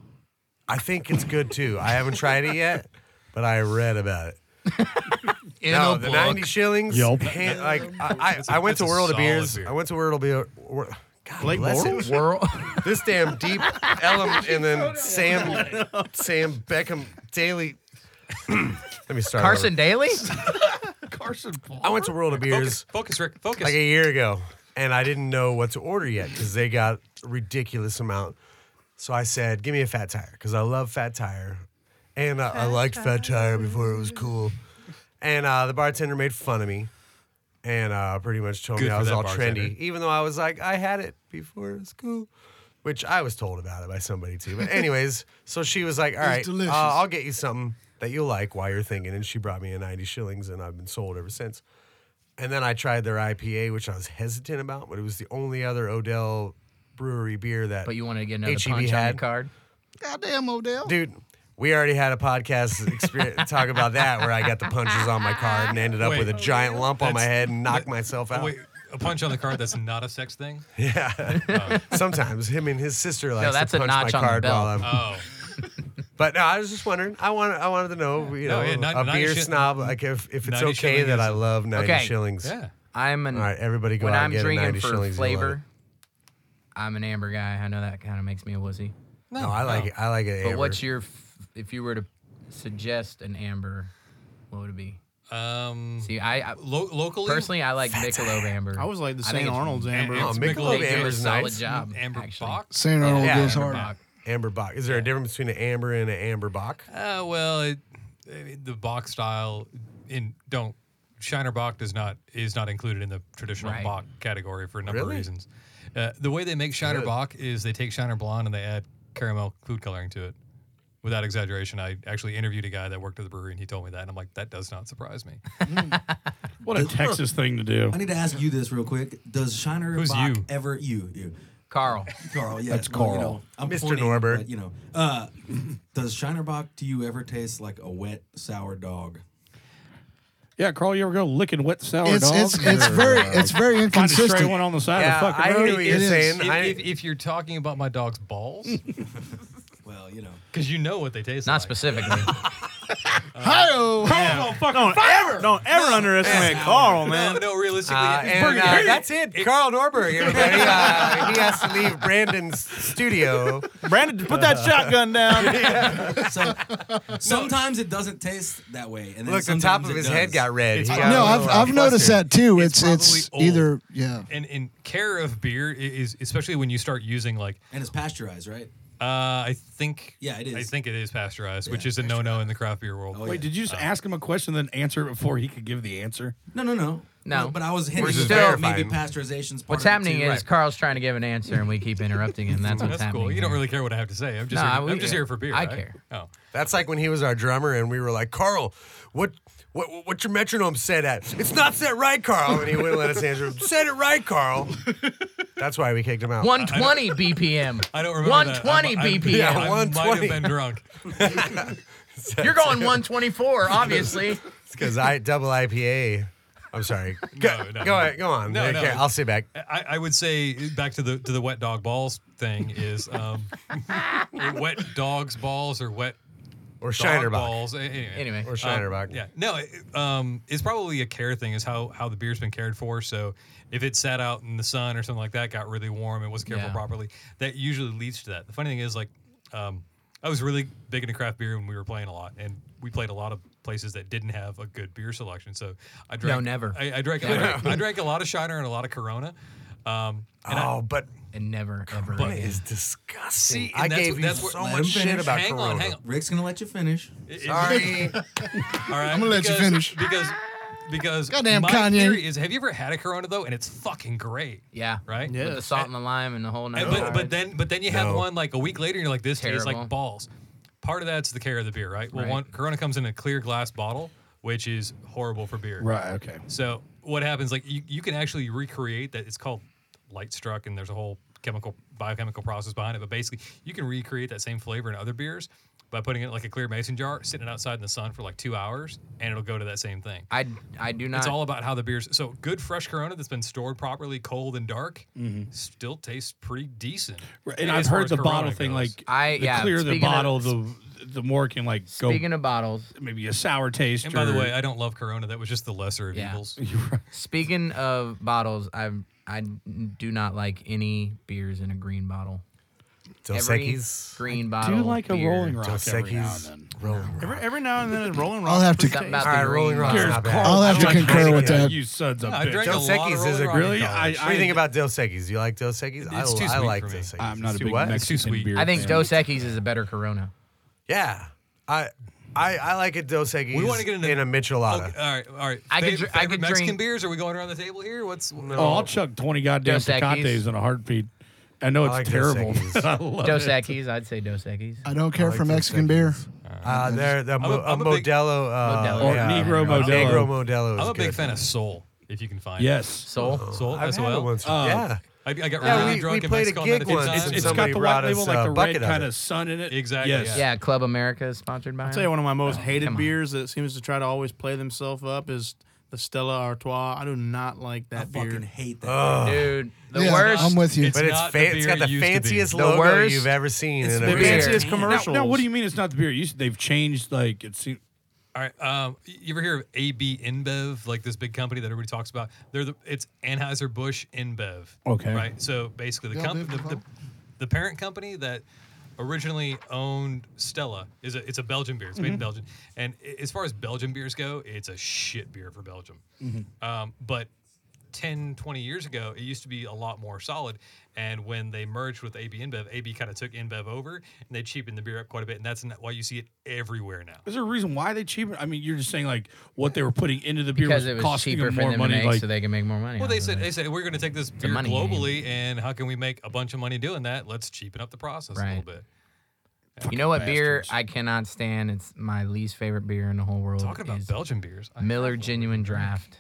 I think it's good too. I haven't tried it yet, but I read about it.
In
no,
a
the
book.
ninety shillings.
Yelp.
hand- like I, I, I went
That's a
to World of
solid
Beers.
beer.
I went to World of Beer. Wor- God
Blake
bless it.
Bortles?
World.
This damn deep element, and then Sam, Sam Beckham Daly. Let me start.
Carson
over.
Daly?
Carson.
I went to World of Beers.
Focus, Rick. Focus.
like a year ago, and I didn't know what to order yet because they got a ridiculous amount. So I said, "Give me a fat tire," because I love fat tire, and I, I liked fat tire before it was cool. And uh, the bartender made fun of me, and uh, pretty much told
Good
me I
for
was
that
all
bartender.
trendy, even though I was like, I had it before it was cool. Which I was told about it by somebody too. But anyways, so she was like, "All right, uh,
delicious.
I'll get you something that you'll like while you're thinking." And she brought me a ninety shillings, and I've been sold ever since. And then I tried their IPA, which I was hesitant about, but it was the only other Odell brewery beer that.
But you wanted to get another
HEB
punch on
had.
the card?
Goddamn Odell.
Dude, we already had a podcast experience talk about that where I got the punches on my card and ended up
Wait.
with a giant lump on my
That's-
head and knocked myself out.
Wait, a punch on the card that's not a sex thing?
Yeah. Sometimes him and his sister likes
that's a
to punch
notch
my
on the
card while I'm.
belt.
Oh.
But no, I was just wondering. I wanted, I wanted to know, you
Oh. No,
know,
yeah, nine-
a
ninety
beer
shi-
snob, like if, if it's
90
okay that
shillings
I
is-
love 90
Okay.
shillings.
Yeah.
I'm an.
All right, everybody go
when
out
I'm
and get a
drinking
90
for
shillings. you'll love
flavor, I'm an amber guy. I know that kind of makes me a wussy.
it. No, I like it. I like it.
But
amber.
what's your, f- if you were to suggest an amber, what would it be?
Um,
See, I, I
lo- locally,
personally I like Michelob amber.
I was like the
I think
St.
it's-
Arnold's amber.
it's
Oh,
Michelob
They do a
Amber's
solid
nice.
job.
Amber
actually.
box?
Saint Arnold
Yeah,
goes
Amber
hard.
Bock.
Amber Bach. Is there a difference between an amber and an amber Bach?
Uh, well, it, uh, the Bach style in don't Shiner Bach does not is not included in the traditional
Right.
Bach category for a number of
Really?
reasons. Uh, the way they make Shiner Bach is they take Shiner Blonde and they add caramel food coloring to it. without exaggeration, I actually interviewed a guy that worked at the brewery, and he told me that, and I'm like, that does not surprise me.
What a Texas thing to do.
I need to ask you this real quick. Does Shiner
Who's
Bach
you?
ever you you
Carl.
Carl? Yeah,
That's
no, you
Carl.
know, I'm
Mr.
pointing,
Norbert.
but, you know, uh, does Shiner Bach to you ever taste like a wet sour dog?
Yeah, Carl, you ever go licking wet sour
It's
dog?
it's it's very it's very
Find a stray
inconsistent.
one on the side
Yeah,
of the
I
fucking road.
I hear what you're
it is.
saying.
If,
I,
if, if you're talking about my dog's balls,
Well, you know,
because you know what they taste
Not
like.
specifically.
Carl, don't ever, don't ever underestimate Carl, man.
No, no, realistically,
Uh,
it's
and
pretty-
uh, that's it. Carl Norberg, everybody. Uh, he has to leave Brandon's studio. Uh,
Brandon, put that shotgun down.
so sometimes it doesn't taste that way, and then
Look, the top
sometimes
of
it
his
does.
head got red. He got a
No, I've
little, uh,
I've noticed
flustered.
that too.
It's
It's it's,
probably old.
either yeah.
and and care of beer i- is especially when you start using like
and it's pasteurized, right?
uh, I think
Yeah, it
I
is.
think it is pasteurized, which
Yeah,
is a no no in the craft beer world.
yeah.
Wait, did you
Oh.
just ask him a question then answer it before he could give the answer?
No, no, no,
No.
But I was hinting
just
at maybe
verifying.
pasteurization's part
What's
of it
happening
too.
is
Right.
Carl's trying to give an answer, and we keep interrupting him. That's what's
That's
happening.
cool. You don't
here.
really care what I have to say. I'm just
No,
here,
I
I'm
would-
just here for beer.
I
right?
care.
Oh,
That's like when he was our drummer, and we were like, Carl, what, what, what's your metronome set at? It's not set right, Carl. And he wouldn't let us answer. Set it right, Carl. That's why we kicked him out.
120 BPM.
I don't remember. that.
120
I'm- I'm-
BPM.
I might
120.
have been drunk.
You're going 124, obviously.
because I double IPA. I'm sorry. Go,
No, no.
go ahead. Go on.
No,
Okay,
no.
I'll sit back.
I, I would say back to the to the wet dog balls thing is um, wet dog's balls or wet
Or
dog
Shinerbach.
balls. a- Anyway,
Anyway.
Or Shinerbach.
Yeah, no, it, um, it's probably a care thing is how how the beer's been cared for. So if it sat out in the sun or something like that, got really warm and wasn't cared for
Yeah.
properly, that usually leads to that. The funny thing is, like, um, I was really big into craft beer when we were playing a lot, and we played a lot of places that didn't have a good beer selection. So I drank,
never.
I, I drank, I drank, I drank a lot of Shiner and a lot of Corona. Um, and I-
Oh, but
And never, ever.
Corona
again.
is disgusting.
See,
I
and that's
gave
what-
you
that's what-
so
Let
much
him finish.
shit about
hang
Corona.
on, hang on.
Rick's gonna let you finish.
It- it-
Sorry.
All right.
I'm gonna let you
because-
finish.
because because
Goddamn
my
Kanye.
theory is have you ever had a Corona though and it's fucking great.
Yeah.
Right?
With the
Yes.
salt and the lime and the whole nine.
And- but but then but then you have
No.
one like a week later and you're like this tastes like
Terrible.
balls. Part of that's the care of the beer, right? Well,
Right.
one Corona comes in a clear glass bottle, which is horrible for beer.
Right, okay.
So what happens? Like you, you can actually recreate that. It's called light struck, and there's a whole chemical biochemical process behind it. But basically, you can recreate that same flavor in other beers by putting it in like a clear mason jar, sitting it outside in the sun for like two hours, and it'll go to that same thing.
I, I do not.
It's all about how the beers. So good fresh Corona that's been stored properly, cold and dark, still tastes pretty decent.
Mm-hmm. And
As
I've
far
heard
as
the
Corona
bottle thing
goes.
like
I-
the
yeah,
clear the
speaking of-
bottle, the the more can like go
Speaking of bottles,
maybe a sour taste.
And by the
or-
way, I don't love Corona. That was just the lesser of
Yeah.
evils.
speaking of bottles, I I do not like any beers in a green bottle.
Dos
Every
Equis.
green
do
bottle.
you like a
beer.
rolling rock
Dos
every now and
Equis.
then?
Rolling
Every,
Rock.
every now and then, it's Rolling Rock.
I'll have to.
Something about
All right,
the
Rolling
green
Rock.
Here's
Not bad.
Carl.
I'll have
I
to
like
concur with
Corona,
that.
You sons of
I
bitch.
drank a
Dos
lot of
Equis is
Rolling
a
Rock.
great
Really?
college.
I-
what do you
I-
think about Dos Equis? You like Dos Equis? I,
It's too
I
sweet
like
for me.
Dos Equis.
I'm not
It's
a
too
big
what?
Mexican
sweet.
beer.
I think
fan.
Dos Equis is a better Corona.
Yeah. I I I like a Dos Equis
We wanna get into-
in a Michelada.
Okay, all right, all right.
I could
Fa-
dr- I
favorite
could
Mexican
drink-
beers. Are we going around the table here? What's
Oh, I'll chuck twenty goddamn
Dos Equis.
picantes in a heartbeat. I know it's
like Dos
terrible.
Equis.
I love
Dos
it.
Equis, I'd say Dos Equis.
I don't care
like
for
Dos
Mexican
Equis.
beer.
Uh, they're the mo- a
I'm a big-
Modelo, uh,
Modelo.
Or
yeah.
Negro Modelo.
Negro Modelo. Is
I'm a big
good. Oh,
fan of Soul. If you can find it.
Yes.
Soul.
Soul
I've
as
had it
well.
once.
Uh,
yeah.
I, I got
Yeah,
really
we-
drunk
we
in
played a
Mexico on that
gig
few
once.
times.
It's-
It's
it's-
got
Somebody
the
brought
white label,
us,
like
uh,
the
bucket
red
of
kind
it.
of sun in it.
Exactly,
Yes.
yeah.
Yeah, Club America is sponsored by.
I'll tell you one of my
Oh,
most hated beers that seems to try to always play themselves up is the Stella Artois. I do not like
I
that
fucking
beer.
hate that.
Dude, the
yeah,
worst.
I'm with you.
It's
But it's,
not
fa-
the
it's got
beer it
the
used to be.
fanciest
The
logo
worst-
you've ever seen in a
The
beer.
fanciest
Now-
Now,
commercials.
now, what do you mean it's not the beer? You, s- they've changed like it's.
All right. Um, you ever hear of AB InBev, like this big company that everybody talks about? They're the it's Anheuser Busch InBev.
Okay.
Right. So basically, the
Yeah,
company,
they've
the, the,
evolved.
the parent company that originally owned Stella is a it's a Belgian beer. It's made
Mm-hmm.
in Belgium, and i- as far as Belgian beers go, it's a shit beer for Belgium.
Mm-hmm.
Um, but 10, 20 years ago, it used to be a lot more solid. And when they merged with AB InBev, AB kind of took InBev over, and they cheapened the beer up quite a bit. And that's not why you see it everywhere now.
Is there a reason why they cheaper? I mean, you're just saying like what they were putting into the beer
because
was,
it was
costing
cheaper
them
for
more
them
money.
to make,
like,
so they can make more money.
Well,
off
they
of
said
it.
they said we're going to take this
a
beer
money game.
globally, and how can we make a bunch of money doing that? Let's cheapen up the process a
Right.
little bit.
You know what beer
bastards.
I cannot stand? It's my least favorite beer in the whole world.
Talking about
is
Belgian beers. I-
Miller Genuine Draft,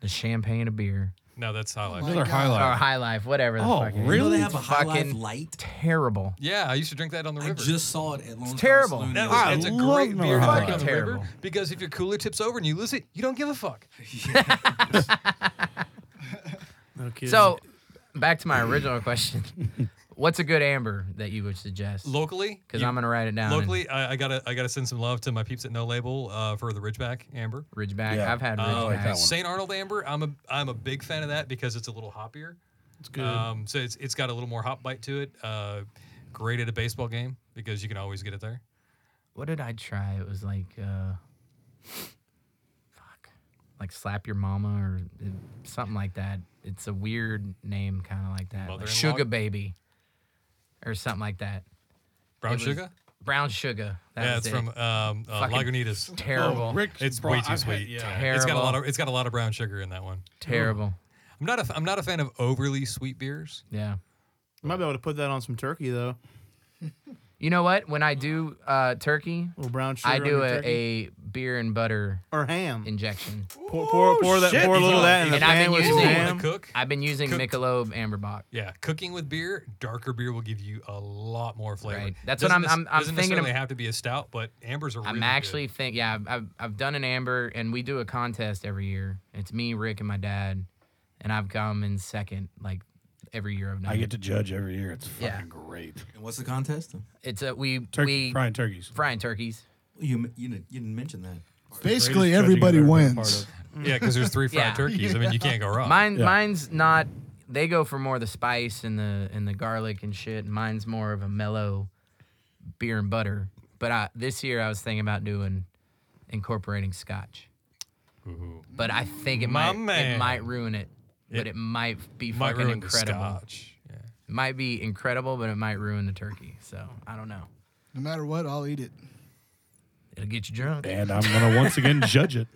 the champagne of beer,
No, that's High Life.
Another highlight.
Oh or High Life, whatever. The
Oh,
fuck it is.
really?
You know they have a
It's
high life
fucking
light.
Terrible.
Yeah, I used to drink that on the
I
river.
just saw it at Lone Star
terrible.
Saloon.
That
the other
I
was, it's a
love
great beer to
Miller High
drink on
Life.
the
Terrible.
river because if your cooler tips over and you lose it, you don't give a fuck.
No kidding.
So, back to my original question: What's a good amber that you would suggest?
Locally,
Because
you-
I'm gonna write it down.
locally, I, I gotta I gotta send some love to my peeps at No Label uh, for the Ridgeback Amber.
in Ridgeback.
Yeah.
I've had
Um,
Ridgeback.
like that one.
St. Arnold Amber, I'm a I'm a big fan of that because it's a little hoppier.
it's good.
Um, so it's it's got a little more hop bite to it. Uh, great at a baseball game because you can always get it there.
what did I try? It was like, uh, fuck, like slap your mama or it- something like that. It's a weird name, kind of like that, like
Mother-in-law?
sugar baby, or something like that.
Brown
It was-
sugar.
Brown sugar. That
yeah, it's
was it.
from um, uh,
Fucking
Lagunitas.
terrible,
Oh, Rick,
It's
bro,
way too
I've
sweet.
had- yeah.
It's got a lot
Terrible.
of it's got a lot of brown sugar in that one.
terrible.
I'm not a f- I'm not a fan of overly sweet beers.
Yeah.
Might be able to put that on some turkey though.
You know what? When I do uh, turkey,
little brown sugar.
I
on
do
your
a,
turkey.
a beer and butter
or ham.
injection.
pour pour, pour that
shit.
pour a little of that in the
And I've
pan
been
with some
using-
You wanna
ham.
cook?
I've been using
Cooked.
Michelob Amberbach.
Yeah, cooking with beer, darker beer will give you a lot more flavor.
Right. That's what
Doesn't
I'm-
nec-
I'm- I'm
doesn't
thinking of-
necessarily have to be a stout, but ambers are.
I'm
really
actually
good.
think yeah, I've, I've I've done an amber and we do a contest every year. It's me, Rick, and my dad, and I've come in second like every year I've done.
I
it.
get to judge every year. It's fucking
Yeah.
great.
And what's the contest?
it's a we
Turkey,
we
frying turkeys.
frying turkeys.
You, you, didn't- you didn't mention that.
Basically,
Greatest judging
everybody
I've ever been a part
wins.
of.
yeah, because there's three fried
Yeah.
turkeys. I mean, you can't go wrong.
Mine
yeah.
mine's not. They go for more the spice and the and the garlic and shit. and Mine's more of a mellow beer and butter. But I, this year I was thinking about doing incorporating scotch.
Ooh.
But I think it
My
might it
man.
might ruin it. But it, might be
might
fucking
ruin the
incredible.
scotch. Yeah.
It might be incredible, but it might ruin the turkey. So I don't know.
No matter what, I'll eat it.
It'll get you drunk.
And I'm gonna once again judge it.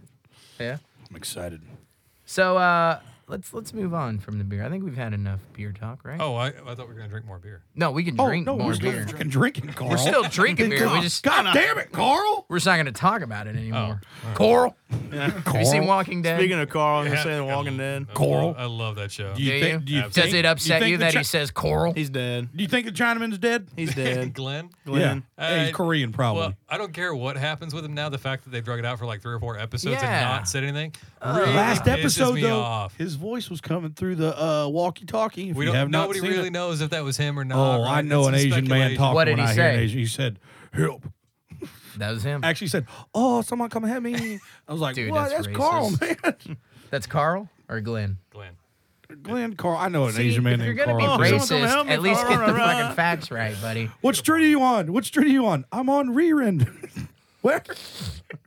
Yeah.
I'm excited.
So uh, let's let's move on from the beer. I think we've had enough beer talk, right?
Oh, I, I thought we were gonna drink more beer.
no, we can
Oh
drink
no,
more
we're still
beer.
fucking drinking, Carl.
We're still drinking beer. We
God,
just
God damn it, Carl. Oh.
we're just not going to talk about it anymore.
Carl.
Have you seen Walking Dead?
Speaking of Carl, I'm
Yeah,
just saying
I
Walking
lo-
Dead.
I
Coral.
love- I love that show.
Do you
Do
think? Do
you?
you
Does
Does
think-
it upset
think
you,
the
that
Chi-
he says coral?
He's dead.
Do you think the Chinaman's dead?
He's dead.
Glenn.
Glenn.
Yeah. Hey,
Uh,
he's Korean, probably.
Well, I don't care what happens with him now. The fact that they drug it out for like three or four episodes
Yeah. Uh,
and not said anything. really
Last
pisses
episode,
me
though,
off.
his voice was coming through the uh, walkie-talkie. If
we
you
don't.
have not
Nobody
seen
really
it.
knows if that was him or not.
Oh,
right?
I know
It's
an
some
Asian man
speculation.
talking.
What did
when
he
I hear an
say?
Asian- he said, "Help."
That was him.
Actually said, "Oh, someone come help me." I was like,
Dude,
"What?
that's
That's, Carl, man.
That's Carl or Glenn.
Glenn.
Glenn Carl. I know an
See,
Asian man
if you're
named
gonna
Carl.
be
too.
someone come help me,
racist, uh, at least get the
Carl.
fucking facts right, buddy.
What street are you on? What street are you on? I'm on rear end. Where?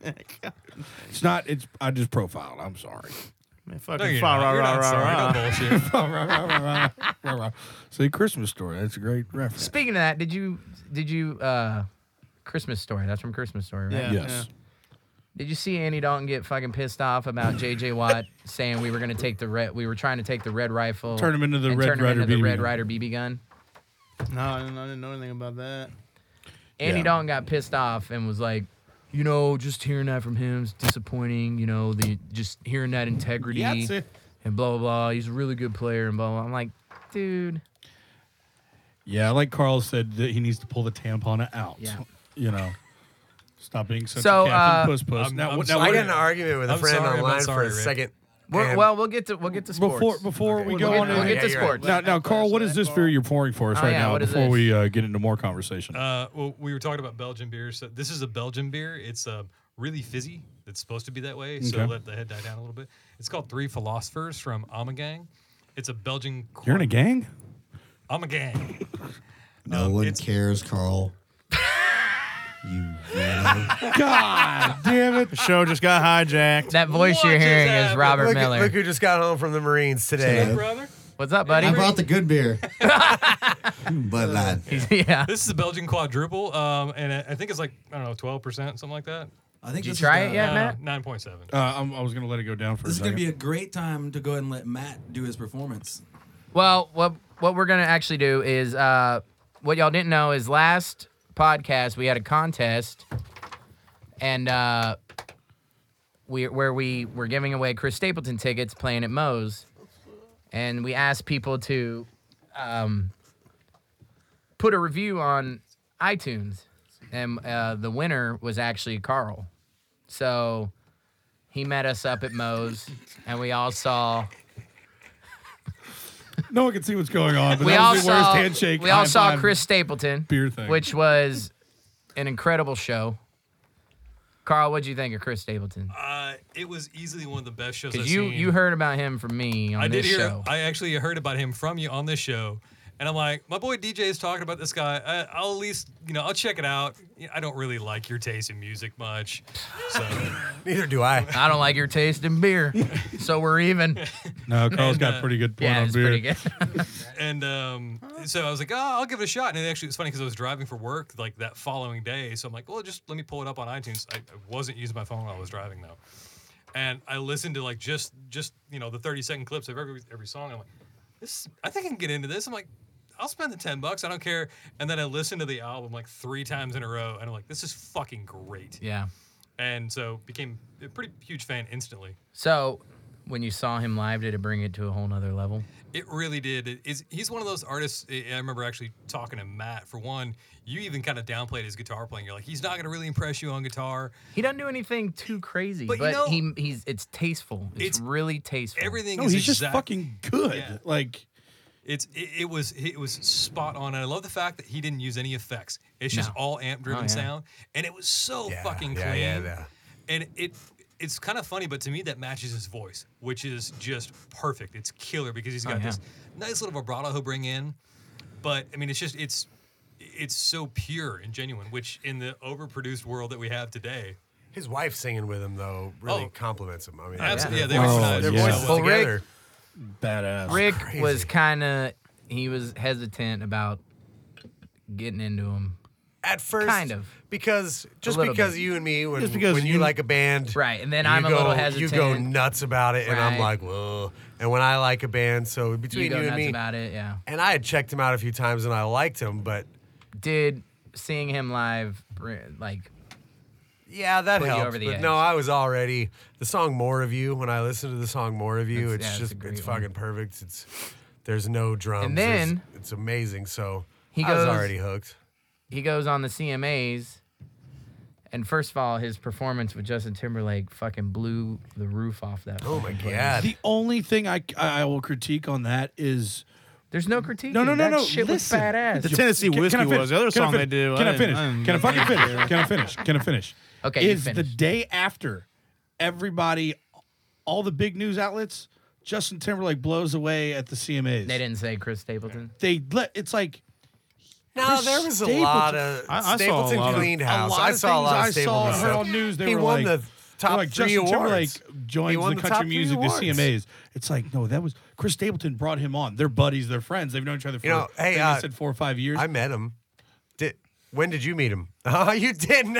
it's not. It's. I just profiled. I'm sorry.
Man,
No,
fucking
you're
fa-
not.
rah,
You're
rah,
not
rah,
sorry.
rah.
No bullshit.
See, Christmas story. That's a great reference.
Speaking of that, did you did you uh Christmas story? That's from Christmas story,
Yeah,
right?
Yes.
Did you see Andy Dalton get fucking pissed off about JJ Watt saying we were gonna take the red we were trying to take the red rifle
Turn him into the
and
Red
turn him
Ryder
into the
BB
Red
gun.
Rider BB gun?
yeah. No, I didn't, I didn't know anything about that.
Andy
Yeah.
Dalton got pissed off and was like, you know, just hearing that from him is disappointing. You know, the just hearing that integrity
Yahtzee.
and blah blah blah. He's a really good player and blah blah. I'm like, dude,
Yeah, like Carl said, that he needs to pull the tampon out.
Yeah.
You know, stop being such
So,
a captain
uh,
puss puss.
I'm-
now,
I'm
what- now
sorry.
I
what-
got in an argument with a
I'm
friend
sorry, I'm
online for
sorry,
a
Rick.
second.
we're,
and-
well, we'll get to we'll get to sports.
before before we
we'll
go
get,
on
we'll
in,
get to
Yeah, you're
sports.
now, now, Carl, what is this beer you're pouring for us
Oh,
right
yeah,
now?
what is
Before
this?
we uh, get into more conversation,
Uh, well, we were talking about Belgian beers. So this is a Belgian beer. It's uh, really fizzy. It's supposed to be that way. So
Okay.
let the head die down a little bit. It's called Three Philosophers from Amagang. It's a Belgian.
you're in a gang.
Amagang.
No one
it's-
cares, Carl. you weirdo.
God damn it!
The show just got hijacked.
That voice you're
What is
hearing is
happening?
Robert
Look,
Miller.
look who just got home from the Marines today.
brother.
What's up, buddy?
I brought the good beer.
uh,
but lad,
yeah.
This is a Belgian quadruple, um, and I I think it's like I don't know, twelve percent, something like that.
I think
Did you
this
try
is
it
the-
yet?
Uh,
Matt?
Nine point seven.
Uh, I'm, I was gonna let it go down for
This
a
is going
second.
to be a great time to go ahead and let Matt do his performance.
Well, what what we're gonna actually do is uh, what y'all didn't know is last podcast, we had a contest, and uh, we where we were giving away Chris Stapleton tickets playing at Moe's, and we asked people to um, put a review on iTunes, and uh, the winner was actually Carl. So he met us up at Moe's, and we all saw.
No one can see what's going on, Uh, but
we
that
all
was the
saw,
worst handshake.
We all
high
saw
five.
Chris Stapleton,
beer thing.
which was an incredible show. Carl, what'd you think of Chris Stapleton?
Uh, it was easily one of the best shows I've
Because you
seen.
you heard about him from me on
I
this
did hear.
show.
I actually heard about him from you on this show, and I'm like, my boy DJ is talking about this guy. I, I'll at least, you know, I'll check it out. You know, I don't really like your taste in music much, so
Neither do I.
I don't like your taste in beer, so we're even.
No, Carl's
And,
got
uh,
pretty good point
yeah,
on
it's
beer.
pretty good.
and um, so I was like, oh, I'll give it a shot. And it actually was funny because I was driving for work like that following day, so I'm like, well, just let me pull it up on iTunes. I, I wasn't using my phone while I was driving though, and I listened to like just just you know the 30 second clips of every every song. I'm like, this I think I can get into this. I'm like, I'll spend the 10 bucks. I don't care. And then I listened to the album like three times in a row, and I'm like, this is fucking great.
yeah.
And so became a pretty huge fan instantly.
So when you saw him live, did it bring it to a whole nother level?
It really did. It is he's one of those artists. I I remember actually talking to Matt. For one, you even kind of downplayed his guitar playing. You're like, he's not going to really impress you on guitar.
He doesn't do anything too crazy, but,
But you know-
he he's it's tasteful. It's,
It's-
really tasteful.
Everything
No,
is
he's just
exact-
fucking good.
Yeah.
Like
It's it, it was it was spot on, and I love the fact that he didn't use any effects. It's just
No.
all amp driven
Oh, yeah.
sound, and it was so
Yeah,
fucking
yeah,
clean.
yeah, yeah.
And it it's kind of funny, but to me that matches his voice, which is just perfect. It's killer because he's got
Oh, yeah.
this nice little vibrato he'll bring in, but I mean it's just it's it's so pure and genuine, which in the overproduced world that we have today,
His wife singing with him though really
Oh.
compliments him. I mean,
absolutely, yeah,
their
they
voices-
recognize
their
it.
voices
Oh, Well, Rick-
together.
badass.
Rick
crazy.
was kind of he was hesitant about getting into him.
At first,
Kind of.
because just
little
because
bit.
you and me, when,
Just because
when you,
you-
like a band,
Right, and then
you
I'm a
go-
little hesitant.
You go nuts about it, and I'm
Right.
like, whoa. And when I like a band, so
You
between you,
go
and
nuts
me,
about it, yeah.
and I had checked him out a few times, and I liked him, but
Did seeing him live br- like
yeah, that
Put you
helped.
over the
But
edge.
no, I was already the song "More of You." When I listened to the song "More of You,"
That's-
it's
yeah, it's a
just
great
it's
one.
fucking perfect. It's there's no drums,
And
there's-
then-
it's amazing. So
He
I was
goes-
already hooked.
he goes on the CMAs, and first of all, his performance with Justin Timberlake fucking blew the roof off that.
Oh my
fucking place.
god!
The only thing I I will critique on that is
There's no critique.
no no no
that
no.
Shit
listen.
was badass.
The Tennessee
Can-
whiskey
can I finish?
was the other
Can I
song they
finish?
did. Mm.
Can I,
didn't-
finish?
didn't-
Can I fucking finish? Can I finish? Can I finish?
Okay, you
Is the
finish.
day after everybody, all the big news outlets, Justin Timberlake blows away at the CMAs.
they didn't say Chris Stapleton.
They let it's like
No,
Chris
there was a
Stapleton-
lot of
I- I saw a
Stapleton
lot of-
cleaned
a
house.
lot
I
of
saw a
things
lot
I
of Stapleton
saw her
stuff.
on news. They
he
were
won
like,
the top
like
three
Justin
awards.
Timberlake
He
joins
won
the,
top
country
three
music
awards.
to CMAs. It's like no, that was Chris Stapleton brought him on. They're buddies. They're friends. They've known each other for
You know, hey,
they
uh,
said four or five years.
I met him. Did when did you meet him? Oh, you didn't.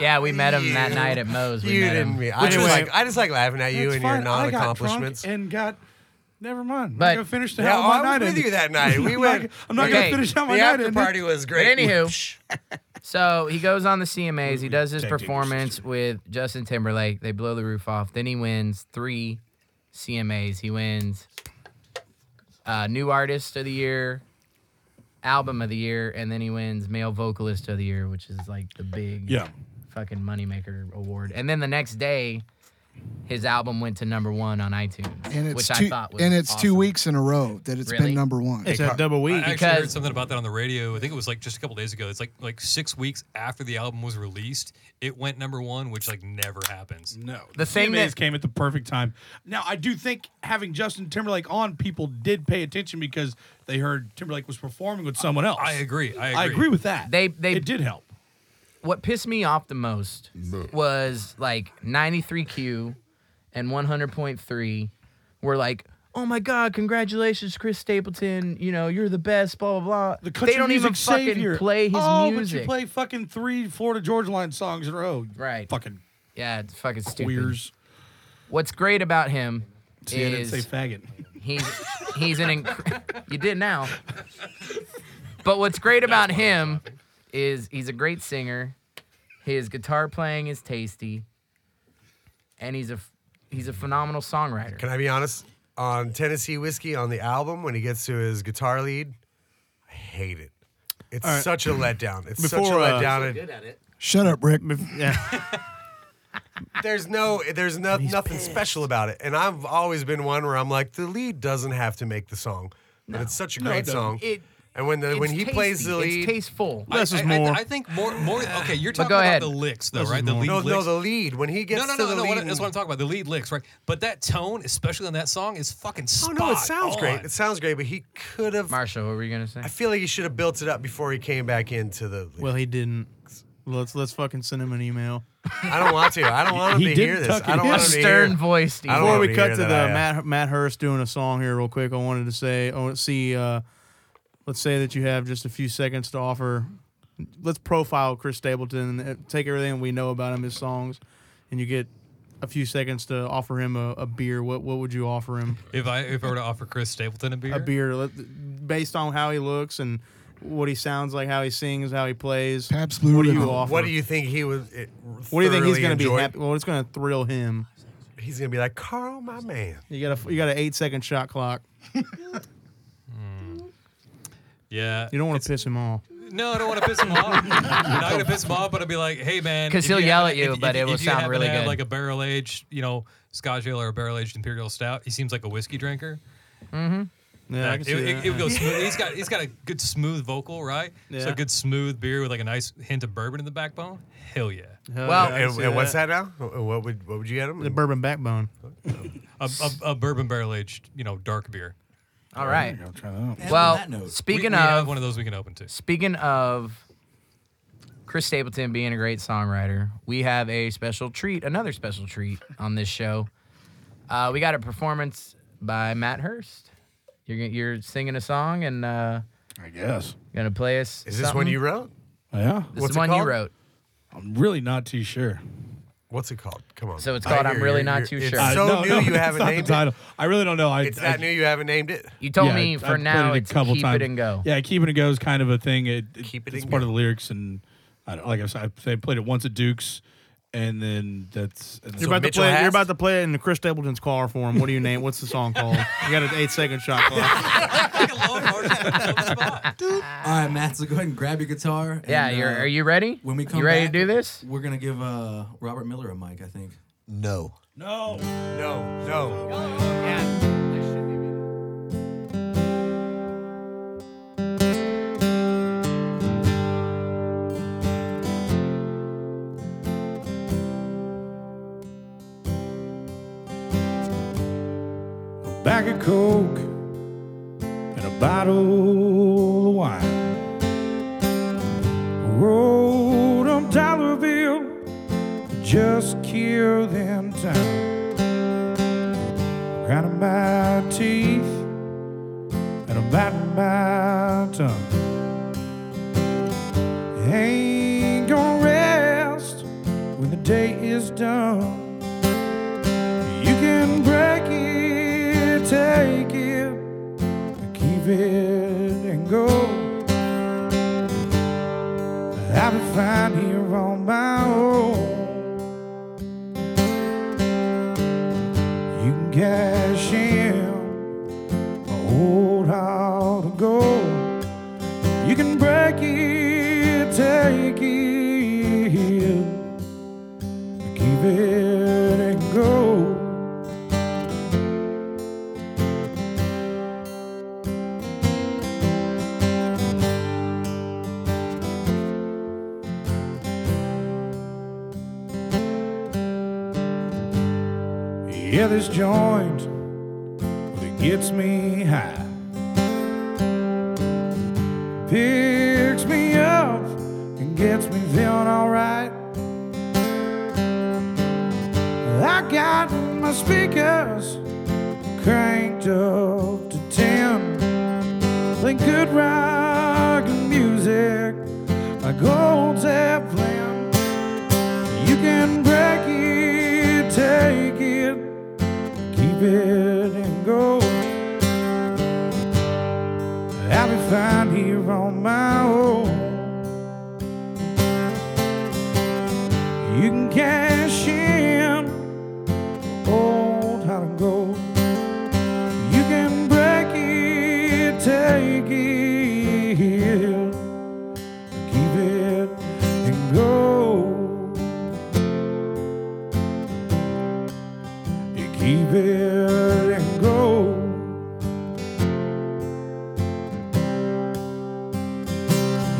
Yeah, we met him that
You-
night at Moe's. We
you
met
didn't
him.
meet. I
Which
just
was-
like I just like laughing at you
That's
and your
fine. I got drunk
non-accomplishments.
and got. Never mind.
But-
I'm gonna finish the
Yeah,
hell
oh,
my
I was
night.
with
ended.
you that night. We
I'm
went-
Not, I'm not
Okay.
gonna finish how my
The
night.
after
ended.
party was
But
great.
anywho, so he goes on the CMAs. He does his
Tag team
performance with Justin Timberlake. They blow the roof off. Then he wins three CMAs. He wins uh, New Artist of the Year, Album of the Year, and then he wins Male Vocalist of the Year, which is like the big
Yeah.
fucking moneymaker award. And then the next day, his album went to number one on iTunes,
and it's
which
two
I thought was
and it's two
awesome.
weeks in a row that it's
Really?
been number one.
It's that double
I
week.
actually
Because-
heard something about that on the radio. I think it was like just a couple days ago. It's like like six weeks after the album was released, it went number one, which like never happens.
No,
The thing
CMAs
that-
came at the perfect time. Now I do think having Justin Timberlake on, people did pay attention because they heard Timberlake was performing with someone else.
I agree. I agree.
I agree with that.
They- they-
it did help.
what pissed me off the most was like 93Q and 100.3 were like, oh my God, congratulations, Chris Stapleton. You know, you're the best, blah, blah, blah.
The country
they don't
music
even fucking
savior.
play his
oh,
music.
but you play fucking three Florida Georgia Line songs in a row. you
Right.
Fucking
yeah, it's fucking stupid.
queers.
What's great about him
See, I didn't say
is
faggot.
he's he's an inc- you did now. But what's great about him is he's a great singer. His guitar playing is tasty, and he's a f- he's a phenomenal songwriter.
Can I be honest? On Tennessee Whiskey on the album, when he gets to his guitar lead, I hate it. It's
right.
such a letdown. It's such a
Before, uh,
letdown. and
at it.
Shut up, Rick.
Yeah.
there's no, there's no, nothing special about it. And I've always been one where I'm like, the lead doesn't have to make the song, but it's such a great song.
It-
and when the when
It's
he plays the
tasty.
lead,
it's tasteful.
I-
Less is
I- I-
more.
I, think more, more. Okay, you're
But
talking
go
about
ahead.
the licks, though,
Less is
right? The
more.
lead
no,
licks.
no, the lead when he gets
no, no,
to
no,
the
no.
lead,
What, that's what I'm talking about. The lead licks, right? But that tone, especially on that song, is fucking
oh
spot
no, it sounds great.
on.
It sounds great, but he could have.
Marshall, what were you gonna say?
I feel like he should have built it up before he came back into the. Lead.
well, he didn't. Let's let's fucking send him an email.
I don't want to. I don't want him
He
to
did
hear this.
tuck
I don't
it
A
want him to hear.
stern voiced.
I don't
Before
want
we
to
cut
hear
to the
that, yeah.
Matt Matt Hurst doing a song here real quick. I wanted to say, I want to see. Uh, let's say that you have just a few seconds to offer. Let's profile Chris Stapleton. uh, Take everything we know about him, his songs, and you get a few seconds to offer him a, a beer. What what would you offer him?
If I if I were to offer Chris Stapleton a beer,
A beer, let- based on how he looks and what he sounds like, how he sings, how he plays.
Pabst Blue
What do you
Ribbon.
offer?
What do you think he was? It,
What do you think he's
thoroughly
going to be
enjoyed?
happy? Well, it's going to thrill him.
He's gonna be like Carl, my man.
You got a you got an eight second shot clock.
Hmm. yeah,
You don't want to piss him off.
No, I don't want to piss him off. I'm not gonna piss him off, but I'll be like, "Hey, man,"
'Cause
if
he'll
you
yell
happen-
at you,
if-
but
if-
it will
if you
sound
happen to
really
have,
good.
Like a barrel aged, you know, Scotch ale or a barrel aged imperial stout. He seems like a whiskey drinker.
Mm-hmm. Yeah, I can
it,
see
it-
that.
it would go smooth. He's got he's got a good smooth vocal, right? So
Yeah.
a good smooth beer with like a nice hint of bourbon in the backbone. Hell yeah!
Hell
Well-
yeah, I can
And,
see
and what's that now? What would what would you get him?
The bourbon backbone.
A, a, a bourbon barrel aged, you know, dark beer.
All right.
I'll try that out.
And on that
Well,
note,
We-
speaking
we have
of
one of those we can open to.
Speaking of Chris Stapleton being a great songwriter, we have a special treat, another special treat on this show. Uh, we got a performance by Matt Hurst. You're gonna- you're singing a song and uh,
I guess.
gonna play us.
Is this one
something.
you wrote?
Yeah.
This
what's
is
it
one you
called?
wrote.
I'm really not too sure.
What's it called? Come on.
So it's
I
called
hear
I'm
you.
Really
You're-
Not
you're- it's
Too Sure.
I-
So
no,
new
no,
you
it's
haven't
not
named
the
it.
title. I really don't know. I,
It's
I,
that new you haven't named it.
You told
yeah,
me
I've
for
played
now
a
it's
couple
keep
times.
it and go.
Yeah, keep it and go is kind of a thing. It, it-
Keep it
it's
and
part
go.
of the lyrics, and I don't, like I said, I say I played it once at Duke's, and then that's. And
You're
so-
about
Mitchell
to play. You're
Hast?
about to play it in the Chris Stapleton's car for him. What do you name? What's the song called? You got an eight second shot clock.
Oh, All right, Matt. So go ahead and grab your guitar. and,
Yeah, you're,
uh,
are you ready?
When we come,
you ready
back,
to do this?
We're gonna give uh, Robert Miller a mic. I think.
No.
no.
No, no.
a bag of coke and a bottle of wine. Road on Dollarville, just kill them time. Grinding my teeth and I'm biting my tongue. Ain't gonna rest when the day is done. You can break it, take it, keep it and go. I'll be fine here on my own. You can cash in my old heart of gold. You can break it, take it give it and go. Yeah, this joint that gets me high picks me up and gets me feeling alright. I got my speakers cranked up to 10. Play good rock and music like old Zeppelin. You can break it, take it, keep it and go. I'll be fine here on my own.
You can cash in old how to go. You can break it, take it, keep it and go. You keep it and go.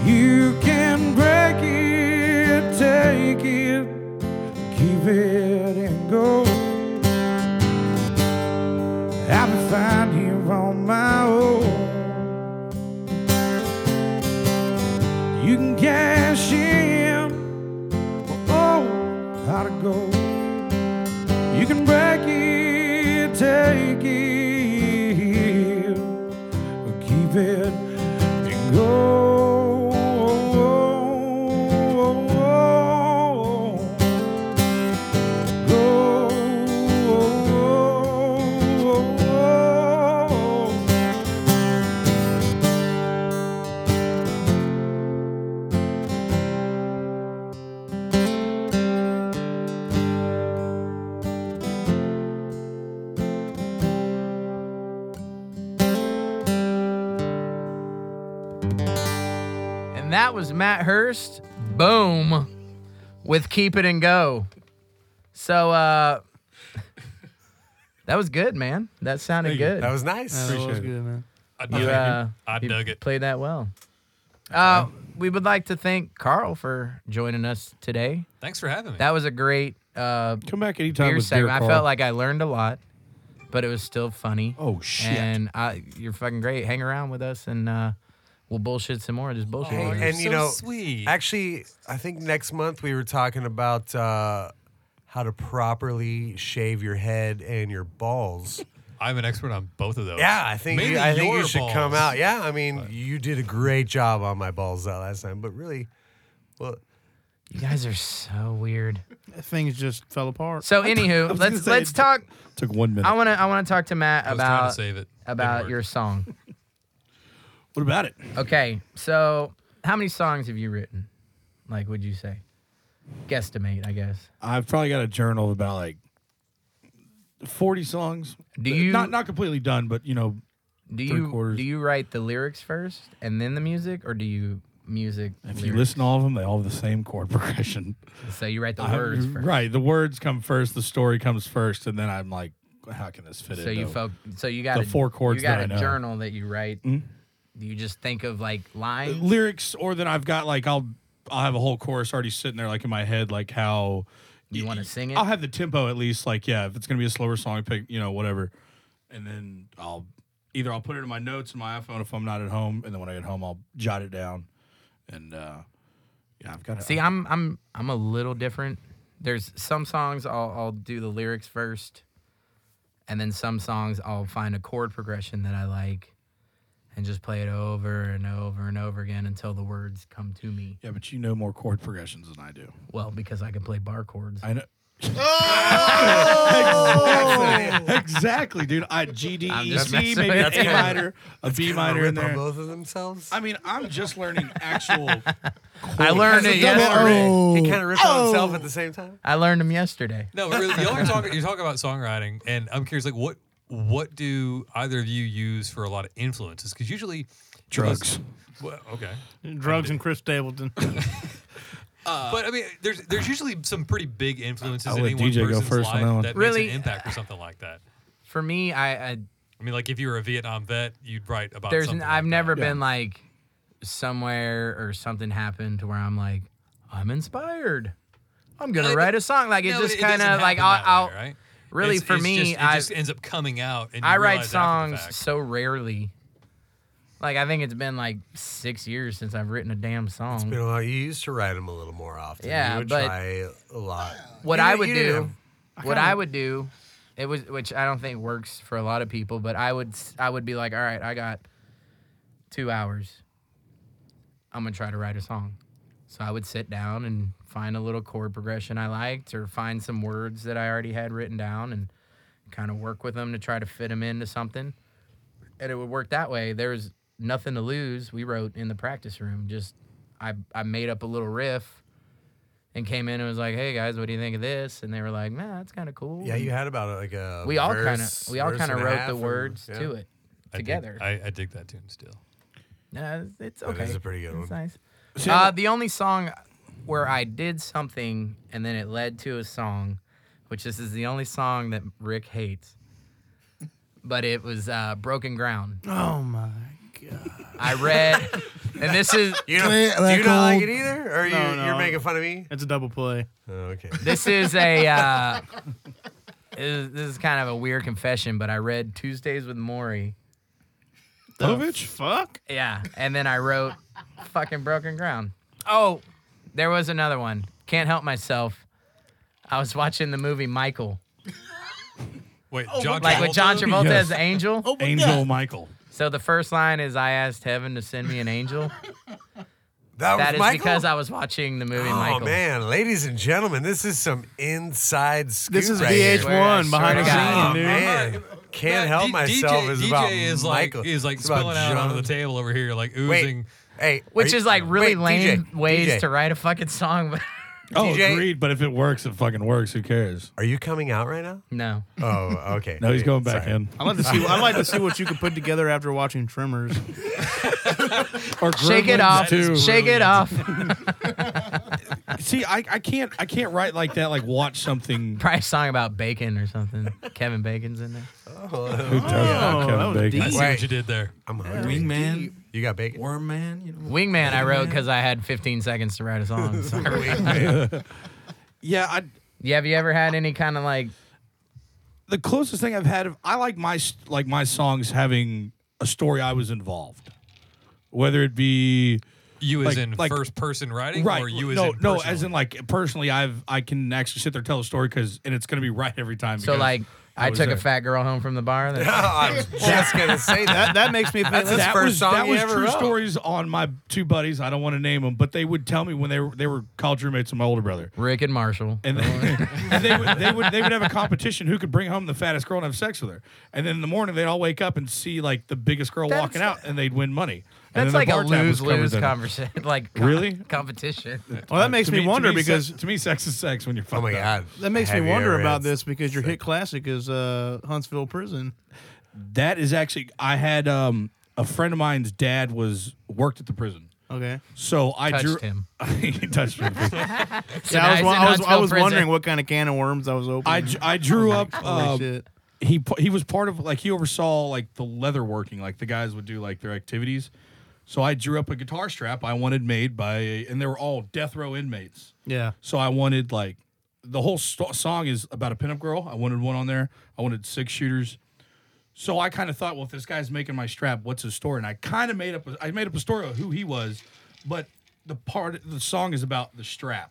You can break it, take it, keep it and go. I'll be fine here on my own. You can cash in, oh, how to go. You can break it, take it, or keep it and go. Go.
And that was Matt Hurst. Boom. With Keep It and Go. So uh that was good, man. That sounded good.
That was nice.
That was
Appreciate it.
good, man.
I dug
You, uh,
it. I
you
dug it.
Played that well. Uh, we would like to thank Carl for joining us today.
Thanks for having me.
That was a great uh,
Come back anytime.
beer
with beer
segment. I
Carl.
felt like I learned a lot, but it was still funny.
oh shit.
and I, you're fucking great. Hang around with us, and uh, we'll bullshit some more. Just bullshit.
Oh,
Hey,
with you.
and you
so
know,
sweet.
actually, I think next month we were talking about uh, how to properly shave your head and your balls.
I'm an expert on both of those.
Yeah, I think
Maybe
you, I think
your
you should come
balls.
out. Yeah, I mean, you did a great job on my balls that last time, but really, well,
you guys are so weird.
Things just fell apart.
So, anywho, let's let's talk.
Took one minute.
I wanna I wanna talk to Matt
I was trying
about
to save it.
about your song.
What about it?
Okay, so how many songs have you written? Like, would you say? Guesstimate, I guess.
I've probably got a journal of about like forty songs. Uh,
Do you-
not not completely done, but you know,
Do
Three
you
quarters.
do you write the lyrics first and then the music, or do you music?
if you
lyrics?
listen to all of them, they all have the same chord progression.
so you write the
I-
words first,
Right. The words come first, the story comes first, and then I'm like, how can this fit
So
in?
you
though?
felt so you got
The
a,
four chords
You got
that I
a
know. Mm-hmm.
journal that you write. Do you just think of like lines?
lyrics or then I've got like I'll I'll have a whole chorus already sitting there like in my head like how
You wanna sing it?
I'll have the tempo at least like yeah if it's gonna be a slower song I pick you know whatever and then I'll either I'll put it in my notes in my iPhone if I'm not at home and then when I get home I'll jot it down and uh yeah I've got to
See, I'm I'm I'm a little different. There's some songs I'll I'll do the lyrics first, and then some songs I'll find a chord progression that I like, and just play it over and over and over again until the words come to me.
yeah but you know more chord progressions than I do
Well, because I can play bar chords.
I know. exactly, exactly, dude. I G D
I'm
E
just
C
messing
maybe
with
an A
you.
minor, a B minor in
rip on
there.
both of themselves.
I mean, I'm just learning actual.
I learned it yesterday.
he kind of ripped on himself at the same time.
I learned them yesterday.
No, but really, y'all are talking. You're talking about songwriting, and I'm curious, like, what what do either of you use for a lot of influences? Because usually, drugs. Well, okay,
Drugs and Chris Stapleton.
Uh,
but I mean, there's there's usually some pretty big influences
I'll
in
let
any one
DJ go
person's
first on
life
that one.
that
Really? uh,
makes an impact or something like that.
For me, I, I
I mean, like if you were a Vietnam vet, you'd write about.
there's
something
n-
like
I've
that.
never been like somewhere or something happened to where I'm like I'm inspired. I'm gonna
No, Uh, it-
write a song. Like it
No,
just
doesn't
kind of
happen
like
that
I'll,
way,
I'll
right?
really
It's-
for
it's
me
just, it
I
just ends up coming out. And you
I write
realize after the
songs
fact.
so rarely. Like I think it's been like six years since I've written a damn song.
You know, you used to write them a little more often.
Yeah,
you would
but-
try a lot.
what
You
I
didn't-
would
you didn't have-
do, what I would do, it was which I don't think works for a lot of people, but I would s- I would be like, all right, I got two hours. I'm gonna try to write a song. So I would sit down and find a little chord progression I liked, or find some words that I already had written down, and kind of work with them to try to fit them into something. And it would work that way. There was nothing to lose. We wrote in the practice room. Just I I made up a little riff and came in and was like, "Hey guys, what do you think of this?" And they were like, "Man, that's kind of cool."
Yeah,
And
you had about uh, like a.
we all kind of
verse-
we all
verse
kind of
and a
wrote
half
the
and-
words
yeah.
to it
I dig-
together.
I, I dig that tune still.
No, it's
That
okay.
Oh, is a pretty good
It's
one.
nice. Uh, the only song where I did something and then it led to a song, which this is the only song that Rick hates, but it was uh, "Broken Ground."
Oh my!
I read, and this is
You don't,
Clint
do you not like
Eastwood.
it either, or you,
No, no.
you're making fun of me?
It's a double play.
Oh, okay.
this is a uh, is- this is kind of a weird confession, but I read Tuesdays with Maury.
Povich, fuck.
Yeah, and then I wrote fucking broken ground. Oh, there was another one. Can't help myself. I was watching the movie Michael,
Wait, John
Oh, like with John Travolta
Yes.
as the angel.
Angel Michael.
So the first line is, "I asked heaven to send me an angel."
That,
That
was
is
Michael?
because I was watching the movie
Oh
Michael.
man, ladies and gentlemen, this is some inside scoop.
This is
right here.
VH1
Swear to
behind the
God.
scene,
Oh,
dude.
man. Can't help
D-
myself
DJ,
is
DJ
about
is like
Michael.
is like
It's about
spilling out onto the
John-
table over here, like
Wait,
oozing.
hey,
Which
are
is
you-
like really
wait,
lame
DJ,
ways
DJ,
to write a fucking song, but
Oh,
DJ.
agreed. But if it works, it fucking works. Who cares?
Are you coming out right now?
no.
Oh, okay.
No, he's going back
Sorry.
in.
I like to see. I like to see what you can put together after watching Tremors.
Or
Shake it
Gremlins
off.
too.
Shake it off. Oh,
See, I, I can't I can't write like that. Like watch something.
Probably a song about bacon or something. Kevin Bacon's in there.
Who does that, Kevin
Oh,
that was
Bacon?
deep.
I see
Wait.
what you did there.
Oh. I'm hungry.
Wingman,
You got bacon?
Worm Man, you know.
Wingman, I wrote because I had 15 seconds to write a song. So.
Yeah, I,
yeah, have you ever had any kind of like?
the closest thing I've had. Of, I like my s- like my songs having a story I was involved, whether it be
You as
Like-
in
like-
first person writing,
right.
or you as
no,
in
no,
personal?
as in like personally, I've I can actually sit there and tell a story because and it's gonna be right every time.
So
because
like, I,
was
took
there.
a fat girl home from the bar. That,
I was just gonna say that.
That that makes me think.
That's his
that-
that
first
was,
song
that
you
was
ever
true
wrote.
stories on my two buddies. I don't want to name them, but they would tell me when they were they were college roommates of my older brother.
Rick and Marshall.
And they, and they would they would they would have a competition who could bring home the fattest girl and have sex with her. And then in the morning they'd all wake up and see like the biggest girl
That's-
walking out and they'd win money. And
That's
then
like
the
a
bar tab was
lose lose
covered then.
conversation. Like co-
Really?
competition.
well, that makes
Uh, To
me,
to
wonder
me,
because
sex, to me sex is sex when you're
Oh my
fucked up.
god.
that makes me
Have you
wonder
ever
about
had-
this because your hit classic is uh, Huntsville Prison.
That is actually I had um a friend of mine's dad was worked at the prison.
Okay.
So I
Touched
drew
him.
he touched him.
So
Yeah, I was, wa-
now he's
I was,
in
I
Huntsville
was
prison.
wondering what kind of can of worms I was opening. Oh
I, dr- I drew up
Holy
um,
shit.
he pu- he was part of like he oversaw like the leather working like the guys would do like their activities so i drew up a guitar strap i wanted made by and they were all death row inmates
Yeah.
so i wanted like the whole sto- song is about a pinup girl i wanted one on there i wanted six shooters so i kind of thought well if this guy's making my strap what's his story and i kind of made up a- I made up a story of who he was but the part the song is about the strap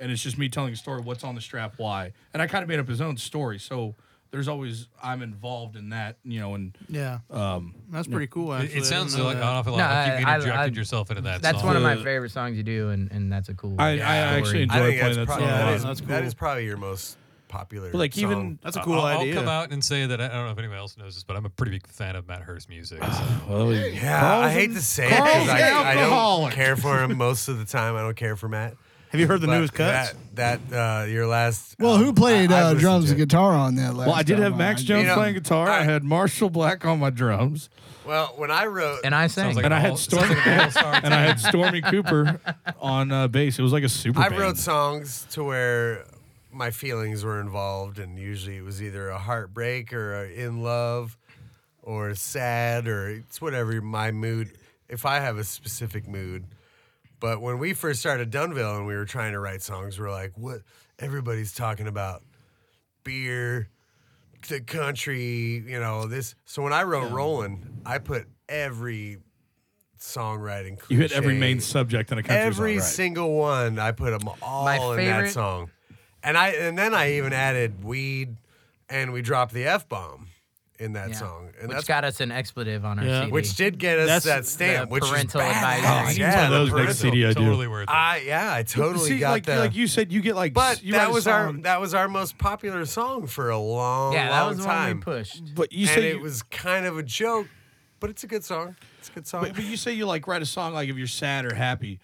and it's just me telling a story what's on the strap why and i kind of made up his own story so there's always i'm involved in that you know and
Yeah. Um, That's pretty cool.
It-
Actually.
it, sounds like an
that.
awful lot
No,
like you've
I- I-
interjected
I-
yourself into that.
That's
song.
one of my favorite songs you do, and, and that's a cool.
i,
story.
I actually enjoy
I think
playing
that's
that song
probably,
a
Yeah,
that,
lot.
is,
that's
that
cool.
is probably your most popular.
But, like
song.
even
That's a cool
I'll,
idea.
I'll come out and say that I I don't know if anybody else knows this, but I'm a pretty big fan of Matt Hurst's music. so.
Yeah, I hate to say it
Carl's
because
an
I, I don't
alcoholic.
care for him most of the time. I don't care for Matt.
Have you heard the
But
newest cuts?
That, that uh, your last.
Well,
album,
who played
I- I've
uh,
listened
drums
to
and
it.
guitar on that last?
well i did have
time
max
I-
jones
know,
playing guitar i
I-
had marshall black on my drums
Well, when I wrote,
and I sang.
Sounds like
and
an
I had
all-
Stormy,
sounds like an all-star
and I had Stormy Cooper on uh, bass. It was like a super.
I
band.
wrote songs to where my feelings were involved, and usually it was either a heartbreak or a in love or sad or it's whatever my mood. If I have a specific mood, but when we first started Dunville and we were trying to write songs, we are like, what everybody's talking about beer, the country, you know this. So when I wrote Roland, I put every songwriting.
You hit every
cliche-
main subject in a country
every
song, right.
single one i put them all
My
in
favorite-
that song and i and then i even added weed and we dropped the f-bomb in that
Yeah.
song and
which
that's
got us an expletive on our
Yeah.
CD.
which did get us
That's
that stamp
the
which
parental
is badass.
advisory.
yeah,
one of
the
those next
parental-
CD I do.
Totally worth it.
I, yeah i totally
See,
got
like,
the
like you said, you get like.
but
you write
that
a
was our
song-
that was our most popular song for a long
yeah, that
long
was
time
one we pushed.
But you
and
say
it
you-
was kind of a joke but it's a good song it's a good song
But, but you say you like write a song like if you're sad or happy.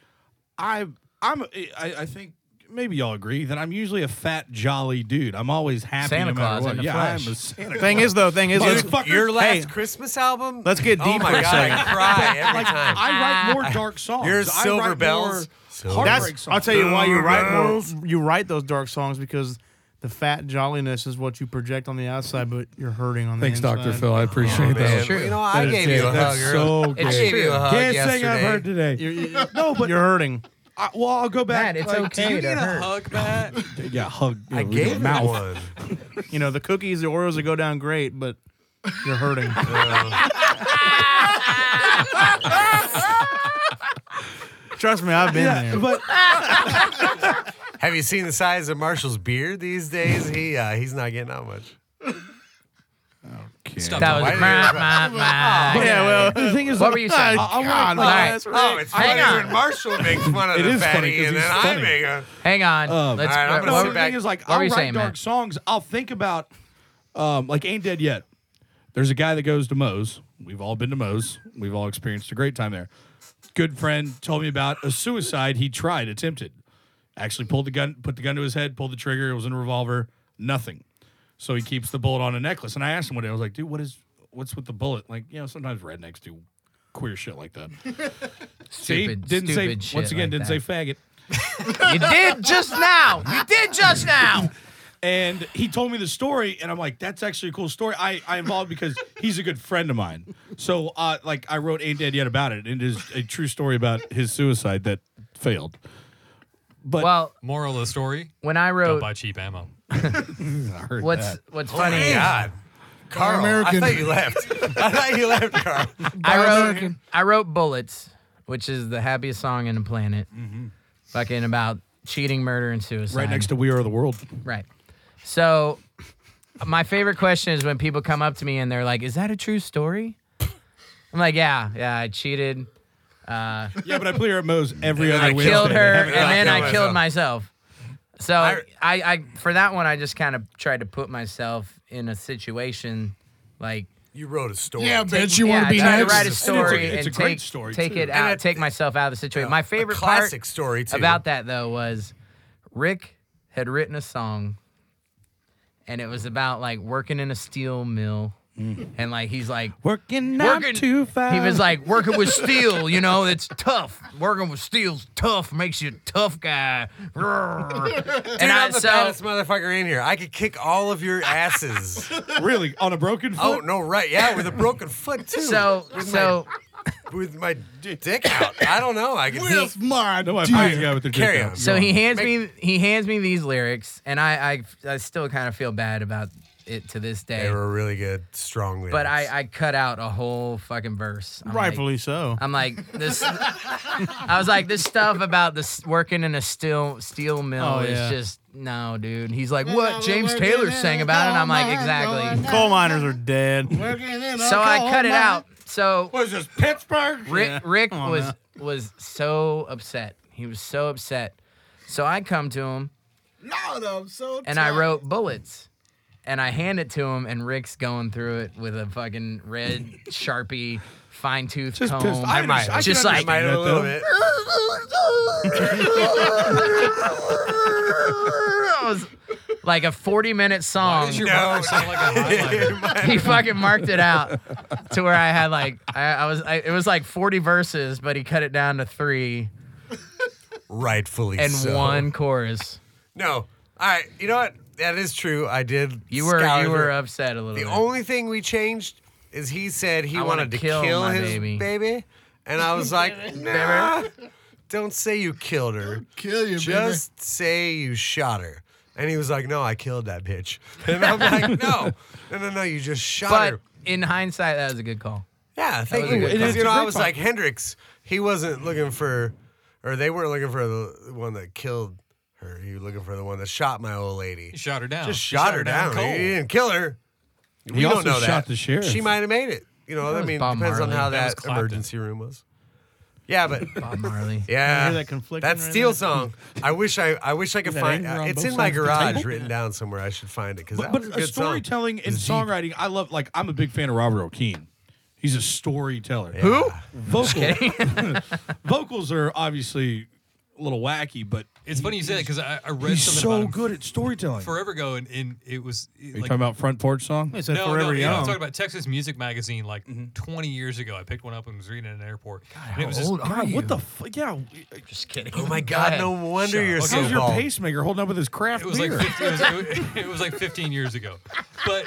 I I'm I, I think maybe y'all agree that I'm usually a fat, jolly dude. I'm always happy.
Santa
no matter
Claus
what.
in the
yeah,
flesh.
I'm a Santa.
Thing is, though, thing is, let's-
Motherfucker.
Your last
Hey,
Christmas album?
let's get
Oh
deep
my
for a
god, I
second.
cry every time.
I write more dark songs.
Yours,
I
Silver
write more
Bells. Silver
heartbreak
that's.
songs.
I'll tell you why you write more, you write those dark songs because the fat jolliness is what you project on the outside, but you're hurting on the
Thanks,
inside.
Dr. Phil. I appreciate
Oh, Man,
that.
true.
You know,
That
I
is
gave
it.
you a hug.
That's
earlier.
so
I
It's
good.
gave
true.
you a hug
Can't
yesterday.
sing I've heard today.
You're, you're, no, but you're hurting.
I, well, I'll go back.
Matt, it's
like,
okay to hurt.
Hug, Matt.
Yeah, hug.
I gave him
mouth.
one.
You know, the cookies, the Oreos that go down great, but you're hurting. Trust me, I've been there.
But
Have you seen the size of Marshall's beard these days? He uh, he's not getting out much.
Stop
That was
Why
a
do you-
crap,
Oh,
man, man.
yeah, well,
the thing is,
What were you saying?
I- I
God,
want,
all right.
man, that's
Oh, it's
Hang
funny
on.
when Marshall makes fun of
It
the
is funny
fatty,
'cause
and
he's
then
funny.
I make a.
Hang on.
Um,
Let's.
all right, I'm gonna
No,
sit
the
back.
thing is, like,
What
I'll
were you
write
saying,
dark
Matt?
songs. I'll think about, um, like, Ain't Dead Yet. There's a guy that goes to Moe's. We've all been to Moe's. We've all experienced a great time there. Good friend told me about a suicide he tried, attempted. Actually pulled the gun, put the gun to his head, pulled the trigger. It was in a revolver. Nothing. So he keeps the bullet on a necklace. And I asked him one day, I was like, dude, what is, what's with the bullet? Like, you know, sometimes rednecks do queer shit like that. See,
Stupid-
didn't
stupid
say,
shit
once again,
like
didn't
that.
say faggot.
you did just now. You did just now.
And he told me the story, and I'm like, that's actually a cool story. I, I involved because he's a good friend of mine. So, uh, like, I wrote Ain't Dead Yet about it, and it is a true story about his suicide that failed. But
Well,
Moral of the story:
when I
Don't
wrote,
buy cheap ammo.
I heard
what's
that.
what's
Oh,
funny?
my God. Carl,
American.
I thought you left. I thought you left, Carl.
I wrote
American.
I wrote Bullets, which is the happiest song in the planet.
Mm-hmm.
Fucking about cheating, murder, and suicide.
right next to We Are the World.
Right. So my favorite question is when people come up to me and they're like, "Is that a true story?" I'm like, "Yeah, yeah, I cheated. uh,
Yeah, but I play her at Moe's every other
I
Wednesday.
killed her, and
I
then I
killed
killed myself." So I,
I-
I, for that one, I just kind of tried to put myself in a situation like
You wrote a story.
Yeah, bitch, you
yeah,
want to be
try to
next?
write a
a-
story
it's
and,
a
take,
great story,
take
too.
it out,
And it-
take myself out of the situation. My favorite
a classic
part
story too.
about that though was Rick had written a song and it was about like working in a steel mill
Mm.
and like he's like
Working not
Working-
too fast.
he was like working with steel, you know, it's tough. Working with steel's tough, makes you a tough guy. Roar.
Dude,
and I
I'm the
so
baddest motherfucker in here. I could kick all of your asses.
really on a broken
oh
foot.
no, right? Yeah, with a broken foot too.
so
with
so
my, with my dick out. I don't know. I could.
Where's my
No, I
dear?
find a guy with their dick
Carry
out.
on.
So he hands me he hands me these lyrics, and I I, I still kind of feel bad about it to this
They
day.
were really good, strong lyrics.
But I I cut out a whole fucking verse. I'm
rightfully
Like,
so.
I'm like this. I was like this stuff about this working in a steel steel mill
Oh, yeah.
is just no, dude. He's like, what James Taylor sang about it. And I'm like, exactly.
Coal miners are dead.
So I cut it out. So
Was this Pittsburgh?
Rick,
Yeah,
Rick
come on
was
now.
was so upset. He was so upset. So I come to him
Lord, I'm so
and I wrote bullets. And I hand it to him, and Rick's going through it with a fucking red sharpie, fine tooth
Just
comb.
pissed.
I
I,
might.
might. I
Just
can
like-
might
understand
have a
that,
little
though.
bit.
It was like a 40 minute song.
Does your
No.
mother sound like a highlighter?
He fucking marked it out to where I had like I, I was I, it was like 40 verses, but he cut it down to three
Rightfully
and
so.
one chorus.
No. All right. You know what? That is true. I did.
You were
scour
you
the-
were upset a little.
The
bit.
only thing we changed is he said he
I wanna
wanted to
kill
kill,
my
his
baby.
baby. and I was like, nah, don't say you killed her.
kill you, baby.
Just say you shot her. And he was like, no, I killed that bitch. And I'm like, no, no, no, no, you just shot
but
her.
in hindsight, that was a good call.
Yeah, thank
was a
you.
good
Because,
call.
you know,
It's a
I
great
was
call.
like, Hendrix, he wasn't looking for, or they weren't looking for the one that killed her. He was looking for the one that shot my old lady.
You shot her down.
Just
You
shot, her down.
cold.
He didn't kill her. We
also
don't know
shot
that.
the sheriff.
She might have made it. You know, I
was
mean,
Bob
depends on
Marley.
how
That was
that,
Clapton.
emergency room was. Yeah, but
Bob Marley.
yeah,
hear that conflicting right
steel
there?
song. I wish I, I wish I could
that
find.
anger
Uh,
on
it's
both
in my
sides of the
garage,
table?
written down somewhere. I should find it because
But,
that
but
was a
a
good song.
storytelling and songwriting, I love. Like I'm a big fan of Robert O'Keen. He's a storyteller.
Who?
Vocal, vocals are obviously a little wacky, but
It's funny you say that because I, I read
He's
something
so
about him
good at storytelling.
forever ago, and, and it was
Are you talking about front porch song?
It's a forever
no,
young.
I'm talking about Texas Music Magazine like
Mm-hmm.
20 years ago. I picked one up and was reading it in an airport. and it was
How
just,
old are
God,
you?
what the fuck? Yeah,
Just kidding.
Oh my God! No wonder you're so
how's your
bald.
pacemaker holding up with his craft
It was
beer?
like 15, it, was, it, was, it was like 15 years ago, but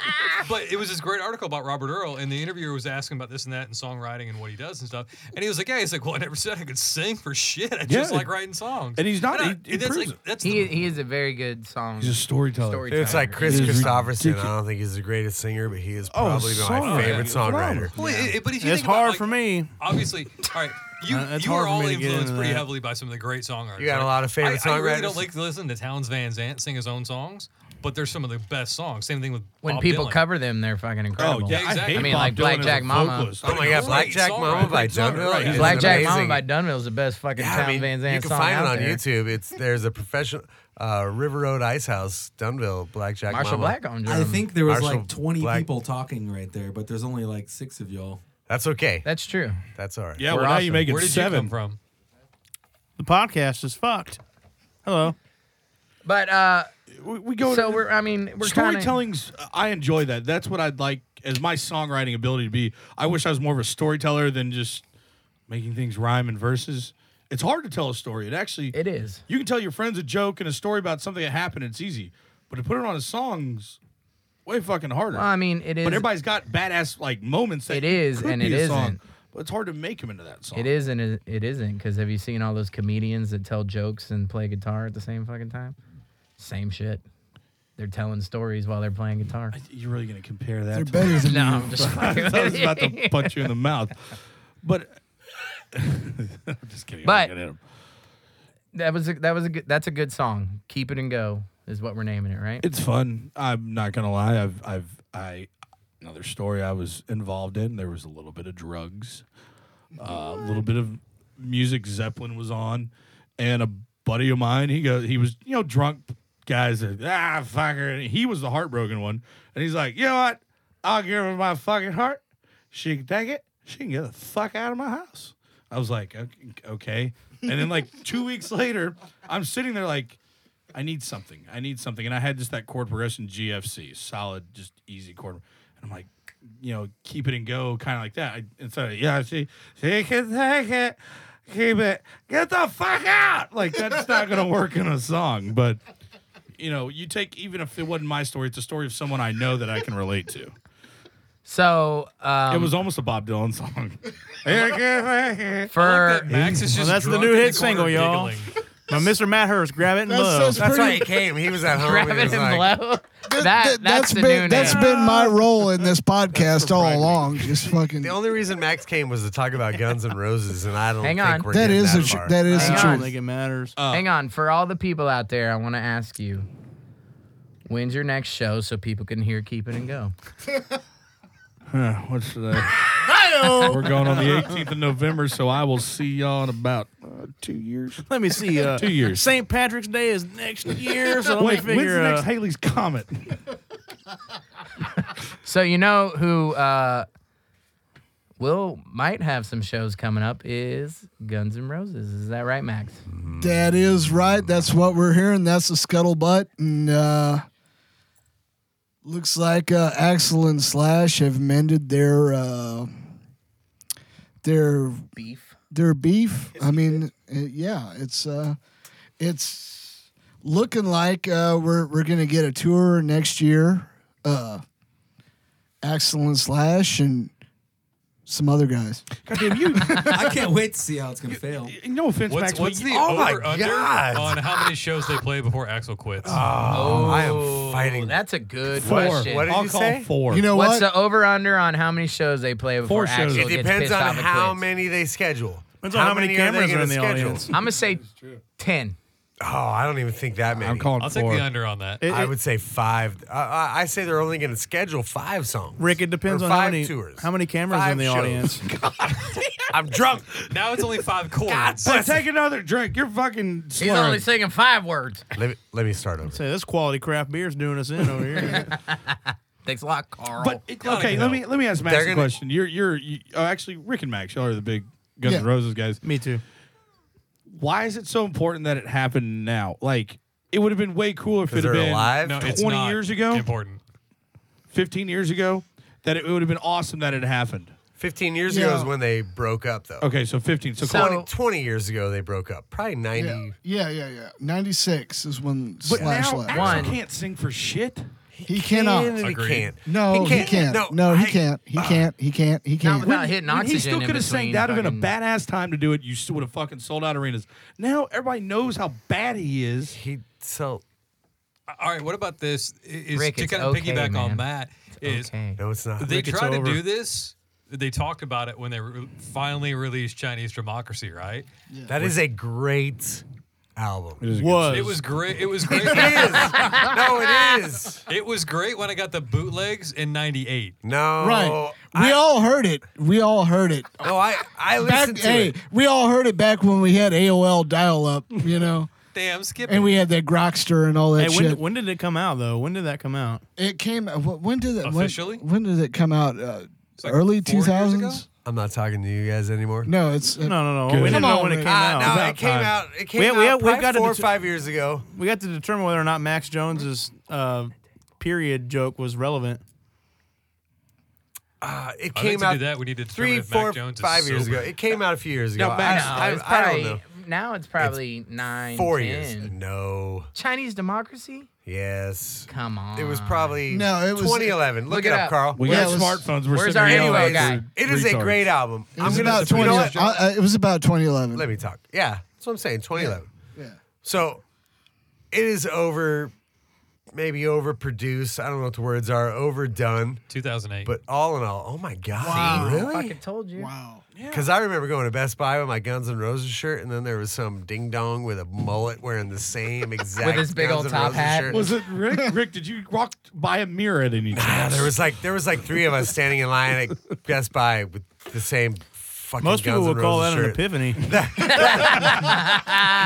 but it was this great article about Robert Earl, and the interviewer was asking about this and that and songwriting and what he does and stuff, and he was like, yeah, he's like, well, I never said I could sing for shit. I just
Yeah.
like writing songs,
And he's not-
I-
he- he
that's
proves
like, that's
He,
the,
he is a very good song.
He's a storyteller.
storyteller.
It's like Chris
It is
Christopherson. I
ridiculous.
don't think he's the greatest singer, but he is
Oh,
probably
song-
my favorite
yeah, phenomenal.
songwriter.
Well, it- it- but if you
It's
think about,
hard
like,
for me.
Obviously, all right. You,
Uh, it's
you
hard
are
for
all
me to get
influenced
into
pretty
that.
heavily by some of the great songwriters.
You got a
right?
lot of favorite
I, I really don't
songwriters?
like to listen to Towns Van Zant sing his own songs, but they're some of the best songs. Same thing with
when
Bob
people
Dylan.
cover them, they're fucking
Oh
incredible.
yeah,
Yeah, exactly.
I, hate
I
mean,
Bob
like
Dylan
Blackjack
as a
Mama.
vocalist.
Oh my God!
Great
Black Jack Mama
songwriter,
by
great songwriter,
Dunville.
right.
is
Black Jack
amazing.
Mama by Dunville is the best fucking
Yeah,
Town
I mean,
Van Zandt
you can
song
find it
out
on
there.
YouTube. It's there's a professional uh, River Road Ice House, Dunville, Black Jack
Marshall
Mama.
Black on drum.
I think there was
Marshall
like 20
Black-
people talking right there, but there's only like six of y'all.
That's okay.
that's true.
That's all right.
Yeah,
We're
well, now
awesome.
you make it
Where did you
seven.
come from?
The podcast is fucked. Hello.
But uh,
We, we go
so
to,
we're. I mean, we're kinda-
storytelling's i enjoy that that's what i'd like as my songwriting ability to be i wish i was more of a storyteller than just making things rhyme and verses it's hard to tell a story it actually
It is.
you can tell your friends a joke and a story about something that happened it's easy but to put it on a song's way fucking harder
Well, I mean, it is.
but everybody's got badass like moments that
It is,
could
and
be
it
a song,
isn't.
but it's hard to make them into that song
It is and it it isn't because have you seen all those comedians that tell jokes and play guitar at the same fucking time? Same shit. They're telling stories while they're playing guitar.
you're really gonna compare that
They're
to
better than
No,
you.
I'm just fucking
I was about to punch you in the mouth. But I'm just kidding. I'm
But-
not gonna hit him.
that was a, that was a good, that's a good song. Keep it and go is what we're naming it, right?
it's fun. I'm not gonna lie. I've I've I another story I was involved in. There was a little bit of drugs, uh, a little bit of music. Zeppelin was on, and a buddy of mine. He goes. He was you know drunk guys. That, ah fucker. And he was the heartbroken one, and he's like, you know what? I'll give her my fucking heart. She can take it. She can get the fuck out of my house. I was like, "Ok- okay. And then like two weeks later, I'm sitting there like, I need something. I need something. And I had just that chord progression GFC, solid, just easy chord. And I'm like, you know, keep it and go, kind of like that. I, instead of, yeah, she, she can take it, keep it, get the fuck out. Like, that's not going to work in a song. But, you know, you take, even if it wasn't my story, it's a story of someone I know that I can relate to.
So um,
It was almost a Bob Dylan song. That's
I
for
like that Max is just
Well, that's the
drunk
new
in
hit
corner
single, y'all.
giggling.
My Mr. Matt Hurst, grab it and
That's
love.
so
That's why he
pretty-
came. He was at home.
grab
and
it
he was
and
like,
blow. That,
That,
that's
has
the
been
new
that's
name.
been my role in this podcast all along. Just fucking.
The only reason Max came was to talk about Guns and Roses, and I don't
Hang
think
on.
we're
That
getting
is
that
a tr-
far.
that is
Hang
the
I
on.
don't
truth.
think it matters.
Uh,
Hang on, for all the people out there, I want to ask you, when's your next show so people can hear Keep It and Go?
What's today? We're going on the 18th of November, so I will see y'all in about uh, two years.
Let me see. Uh,
Two years.
St. Patrick's Day is next year, so let
Wait,
me figure
when's the
uh,
next Haley's Comet?
So you know who uh, will might have some shows coming up is Guns N' Roses. Is that right, Max?
That is right. That's what we're hearing. That's the scuttlebutt, and uh, looks like uh, Axel and Slash have mended their uh, their
Beef.
their beef. I mean, uh yeah, it's uh, it's looking like uh, we're we're gonna get a tour next year. Uh, Axel and Slash and some other guys.
Goddamn you!
I can't wait to see how it's going to fail.
No offense,
What's,
Max. but
what's
you-
the
oh my
over under
God.
on how many shows they play before Axel quits?
Oh, I am fighting.
That's a good
four?
question.
What did
I'll
you
call
say?
four.
You know
What's
what?
the over under on how many shows they play before
Four shows.
Axel
It
It
gets
depends
pissed
on
off and
how
quits?
many they schedule.
Depends on how
are
many
they
cameras are
gonna
in the
schedule?
audience.
I'm gonna say ten.
Oh, I don't even think that many.
I'm calling
I'll take
four.
the under on that.
It-
I
it-
would say five. I- I, I say they're only going to schedule five songs.
Rick, it depends
or
on
five
how many
tours.
how many cameras are in
Five
the
shows.
audience.
I'm drunk.
now it's only five chords.
But take another drink. You're fucking
He's
slurring.
only singing five words.
let, me, let me start over.
Say this quality craft beer's doing us in over here.
Thanks a lot, Carl.
But it- okay, let me let me ask Max
They're
a
gonna-
question. You're you're you, oh, actually Rick and Max. Y'all are the big Guns
Yeah.
N' Roses guys.
me too.
why is it so important that it happened now? Like, it would have been way cooler if it
Because
had
they're
been
alive.
No, it's
20
not
years ago?
Important.
15 years ago. That it, it would have been awesome that it happened.
Fifteen years
Yeah.
ago is when they broke up, though.
Okay, so 15. So,
So-
20, 20 years ago they broke up. Probably ninety.
Yeah, yeah, yeah, yeah. Ninety six is when
but
Slash
now
left.
Axl
One.
can't sing for shit.
He cannot.
And he
Agreed.
can't.
No, he can't. No, he
I-
can't. He can't. He can't. He
Not
can't.
without hitting
When
oxygen.
he still
in
could have sang
between
that in a
fucking-
badass time to do it. You still would have fucking sold out arenas. Now everybody knows how bad he is.
He so
All right. What about this? I- Is
Rick,
to
it's
kind of
okay,
piggyback on
man.
that is
Okay.
no, it's not.
they
it's
tried to
over.
do this. They talked about it when they re- finally released Chinese Democracy, right?
That is a great album. It is.
Was
It was great. It was great.
no, it is.
it was great when I got the bootlegs in '98.
No.
Right.
I,
We all heard it. We all heard it.
Oh,
no, I I listened
Back,
to
hey,
it.
we all heard it back when we had AOL dial up, you know,
Damn, skip.
and
it.
we had that Grokster and all that
Hey, when,
shit.
when did it come out though? When did that come out?
it came. wh- When did it when-
Officially?
When, did it come out? Uh,
like
early
four
two
years ago?
thousands?
I'm not talking to you guys anymore.
No, it's uh,
No, no, no.
Good.
We
Come
didn't know
on,
when it
Rick.
came
Ah,
out.
no,
About
it came
time.
out. It came
We-
out.
we- we've
probably
got to
four or
deter-
five years ago.
We got to determine whether or not Max Jones's uh, period joke was relevant.
Uh, it
Oh, I think
came
to
out
do that, we need to determine
three,
if Mac
four,
Jones is
five years
sober.
ago. It came out a few years ago.
No, Mac-
I-
No,
I,
it's
I
probably,
don't know.
Now it's probably nine.
Four
10.
years. No.
Chinese democracy?
Yes.
Come on.
It was probably
No, it was-
2011. Look,
Look
it
it
up,
up.
Carl.
We
Yeah,
got
it was-
smartphones. We're
Where's
sitting
our
here all
AOL
Anyways,
like
guy?
it is a
retards.
great album.
it was
I'm gonna
about twenty.
you know what?
uh, it was about twenty eleven.
Let me talk. Yeah, that's what I'm saying. 2011.
Yeah.
So it is over, maybe overproduced. I don't know what the words are. Overdone.
2008.
But all in all, oh my god,
I
really?
fucking told you.
Wow.
Because I remember going to Best Buy with my Guns N' Roses shirt, and then there was some ding dong with a mullet wearing the same exact
his big
Guns
old
N'
top
Roses
hat.
Shirt.
Was it Rick? Rick, did you walk by a mirror at any
Ah,
time?
there was like there was like three of us standing in line at Best Buy with the same fucking.
Most people
Guns N'
would call
Roses
that an
shirt.
epiphany.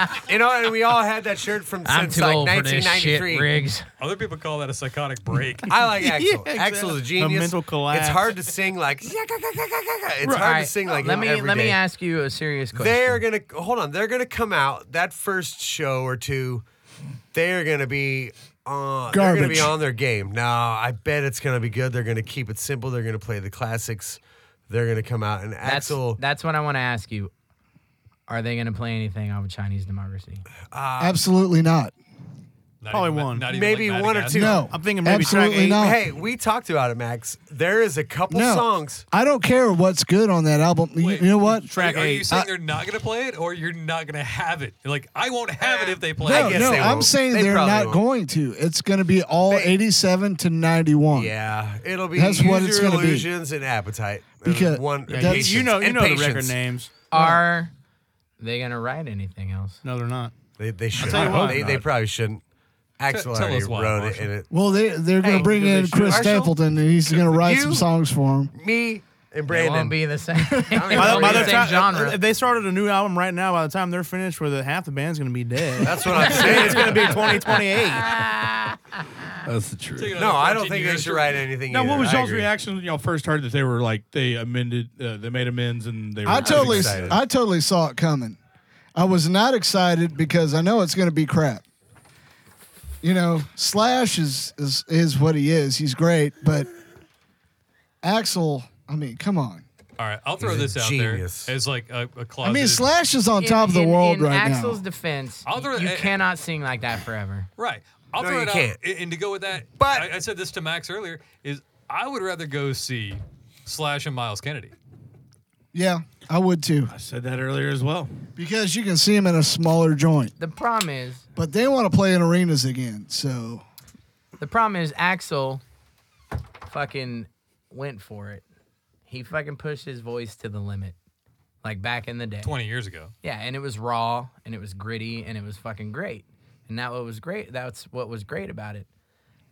You know, and we all had that shirt from since
I'm too
like
old for this shit,
1993.
Riggs.
Other people call that a psychotic break.
I like Axel.
exactly.
Axel's a genius.
The mental collapse.
It's hard to sing like. It's hard to
Alright,
sing like.
Let
him
me
every
let me
day.
ask you a serious question.
They're gonna hold on. They're gonna come out that first show or two. They're gonna be on. They're gonna be
Garbage.
on their game. No, I bet it's gonna be good. They're gonna keep it simple. They're gonna play the classics. They're gonna come out and
that's,
Axel.
that's what I want to ask you. Are they going to play anything off of Chinese democracy?
Absolutely not.
Not
Probably
even-
one.
not even
Maybe
like
one or
Madagascar.
two.
No.
I'm thinking maybe track
absolutely
eight.
not.
Hey, we talked about it, Max. There is a couple
no
songs.
I don't care what's good on that album. You,
Wait.
you know what?
Are you- Are you
eight.
saying
Uh,
they're not going to play it, or you're not going to have it? You're like, I won't have it if they play.
No,
it.
guess
no,
they
I'm
won't.
saying
They
they are
probably
not
won't.
going to. It's going to be all 87 to 91.
Yeah, it'll be
That's what
Use
it's
Your
gonna be.
illusions and appetite. Uh,
Because-
one,
Yeah,
You-
Patience
you know, you
and
know the record
Patience.
names.
Are they going to write anything else?
No, they're not.
They, they should.
tell you what.
they, they probably shouldn't. Axel
tell
already
us why,
wrote it
Marshall.
in it.
Well, they they're going to
Hey,
bring
do they
in
shoot
Chris
Marshall?
Stapleton and he's going to write some
You-
songs for him.
Me and
It won't
Brandon.
be the same.
By
By
the- by the
the same genre.
If they started a new album right now, by the time they're finished with it, half the band's gonna be dead.
That's what I'm saying. it's gonna be
2028.
That's the truth.
Take another
No, I don't
14
think they
years
should
to-
write anything.
Now, what
either.
was
I
y'all's
agree.
reaction when y'all first heard that they were like they amended, uh, they made amends, and they were?
I totally
excited.
I totally saw it coming. I was not excited because I know it's going to be crap. You know, Slash is is is what he is. He's great, but Axel, I mean, come on.
All right, I'll throw
He's a
this out
genius.
there as like a, a closet.
I mean, Slash is on top of the
in,
world
in
right
Axel's
now.
defense,
I'll throw-
you
eh, eh.
cannot sing like that forever.
Right. I'll
No,
throw
you
it
can't.
out. a- And to go with that,
But-
I, I said this to Max earlier: is I would rather go see Slash and Miles Kennedy.
yeah, I would too.
I said that earlier as well.
Because you can see him in a smaller joint.
The problem is,
But they want to play in arenas again. So
the problem is Axel fucking went for it. He fucking pushed his voice to the limit, like back in the day.
Twenty years ago,
Yeah, and it was raw and it was gritty and it was fucking great. And that what was great. That's what was great about it.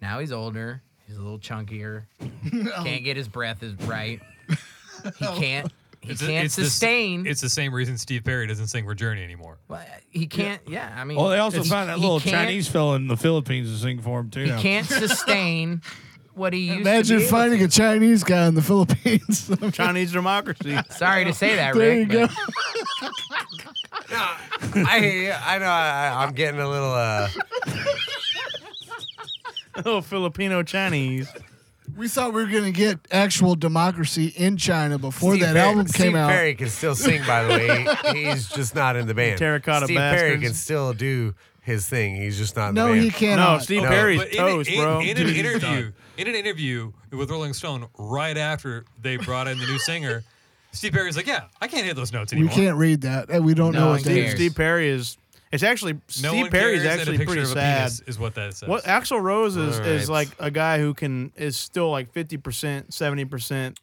Now he's older. He's a little chunkier.
Oh.
can't get his breath is right. He can't. He
It's a-
can't
it's the s-
sustain.
it's the same reason Steve Perry doesn't sing "We're Journey" anymore.
Well, he can't. Yeah, I mean.
Well, they also
it's-
found that
he
little
can't-
Chinese fella in the Philippines to sing for him too.
He
now.
can't sustain what he used
imagine
to be able
finding a Chinese guy in the Philippines.
Chinese democracy.
to. Sorry to say that,
There
Rick.
you
but
I hear you. I know. I, I'm getting a little. uh
oh, Filipino Chinese.
We thought we were going to get actual democracy in China before
Steve
that
Perry-
album
Steve
came out.
Perry can still sing, by the way. He's just not in the band.
Terracotta
Steve Perry
bastards.
can still do his thing. He's just not in
No,
the band.
he
No,
cannot.
Steve
No.
Perry's
But in,
toast,
in-
bro.
in
Dude,
an
he's
interview,
done.
in an interview with Rolling Stone, right after they brought in the new singer, Steve Perry's like, "Yeah, I can't hit those notes
we
anymore."
can't read that. Uh, We don't
No
know
one
what that
cares.
Steve,
is.
Steve Perry is. It's actually
No
Steve
one
Perry's
cares that a
actually
picture
pretty
of a
sad.
penis is what that says.
What Axl Rose is
Alright.
is like a guy who can is still like fifty percent, seventy percent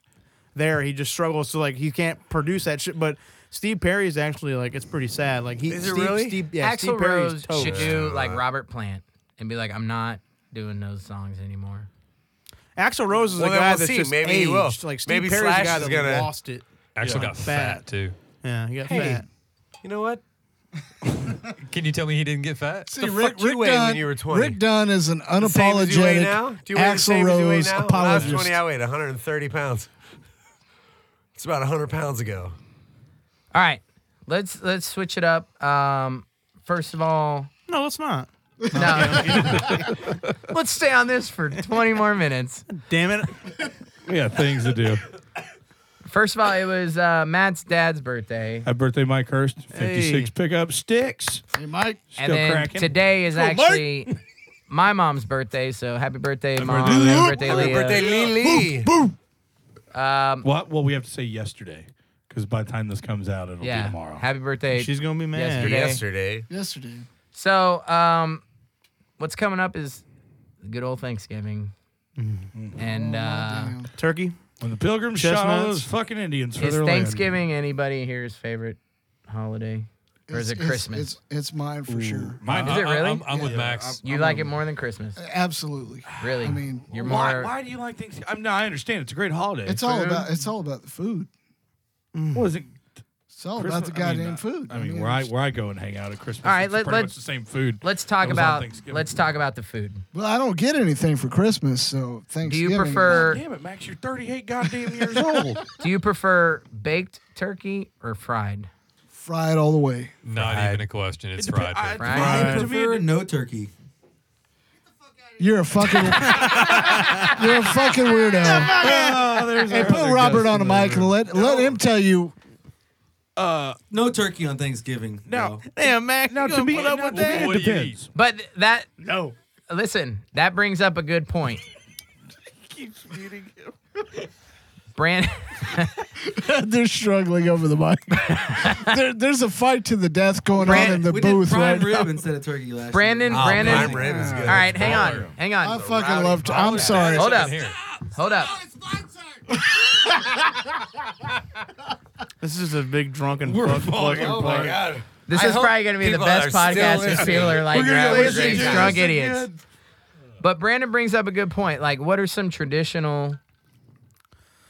there. He just struggles to like he can't produce that shit. But Steve Perry is actually like it's pretty sad. Like he
Is it
Steve,
really?
Steve, yeah,
Axl
Steve Perry's
Rose
toast.
should do like Robert Plant and be like, I'm not doing those songs anymore.
Axl Rose is
Well,
a
then
guy
we'll
that's
see.
just
Maybe
aged.
he will.
Like Steve
Maybe
Perry's a
Slash
guy
is
that
gonna-
lost it.
Axel got
fat.
fat too.
Yeah, he got fat.
You know what?
Can you tell me he didn't get fat?
See,
The
Rick,
fuck you
Rick
weighed when
Dunn,
you were 20?
Rick Dunn is an
Same as you weigh
unapologetic
now? Do you weigh the
Axl
same as you weigh
Rose
now? When I was 20,
apologist.
I weighed 130 pounds. It's about 100 pounds ago.
All right, let's let's switch it up. Um, first of all,
No, it's not.
no, let's stay on this for 20 more minutes.
Damn it.
We got things to do.
First of all, it was uh, Matt's dad's birthday,
Happy birthday, Mike Hurst. 56 pickup sticks.
Hey, Mike.
Still
and then
cracking.
today is
Mike.
actually my mom's birthday. So happy birthday, mom! Happy birthday, Um, Leah.
Birthday, Lily. Boom,
What? Well, we have to say yesterday because by the time this comes out, it'll
Yeah,
be tomorrow.
happy birthday.
She's gonna be mad.
Yesterday.
Yesterday.
Yesterday.
So, um, what's coming up is the good old Thanksgiving, and uh,
Mm-hmm. Oh, Damn.
Turkey.
when the pilgrims shot all
Chestnuts.
those fucking Indians for
is
their
Thanksgiving anybody here's favorite holiday, or is it Christmas?
It's, it's mine for sure.
Mine,
Is it
I- I-
really?
I'm, I'm with Max.
you like it more than Christmas,
Absolutely.
really?
I mean,
you're
Land. Why,
more.
why do you like Thanksgiving? I mean, no, I understand. It's a great holiday.
It's all about it's all about the food.
What is it?
It's all
Christmas-
about the
I mean,
goddamn
uh,
food.
I mean, where I where I go and hang out at Christmas.
All right,
it's
let-
pretty
let-
much the same food.
Let's
that
talk
was on
about
Thanksgiving.
let's talk about the food.
well, I don't get anything for Christmas, so
Do
Thanksgiving.
you prefer
Damn it, Max! You're 38 goddamn years old.
do you prefer baked turkey or fried?
fried all the way?
Not even a question. It's fried.
I-
turkey.
Fried.
I
I
prefer-
prefer no turkey.
You're a fucking you're a fucking weirdo.
Oh, there's
Hey,
our
put
other
Robert
guest
on the
in the
mic and let let him tell you.
No turkey on Thanksgiving.
No.
No.
Damn, Mac.
Uh, Now,
you
to
gonna
me,
put up with that?
What do you
depends.
But th- that
No.
listen, that brings up a good point.
Keeps muting him.
Brand
They're struggling over the mic. there, there's a fight to the death going on
Brand-
in the
we did
booth
prime
right
rib
now.
instead of turkey last
Brandon
year.
Oh,
Brandon.
prime rib is good.
All right, hang on. Hang
I
on.
fucking love. To, I'm
Baller.
sorry.
Hold up.
Here.
Hold up.
This is a big drunken fuck, fucking party.
Oh, God.
This
I
is
hope
probably going to be the
people
best
are still
podcast if
listening.
people are like,
We're gonna
"Right, we're
listen
these
to
drunk
this
idiots. But Brandon brings up a good point. Like, what are some traditional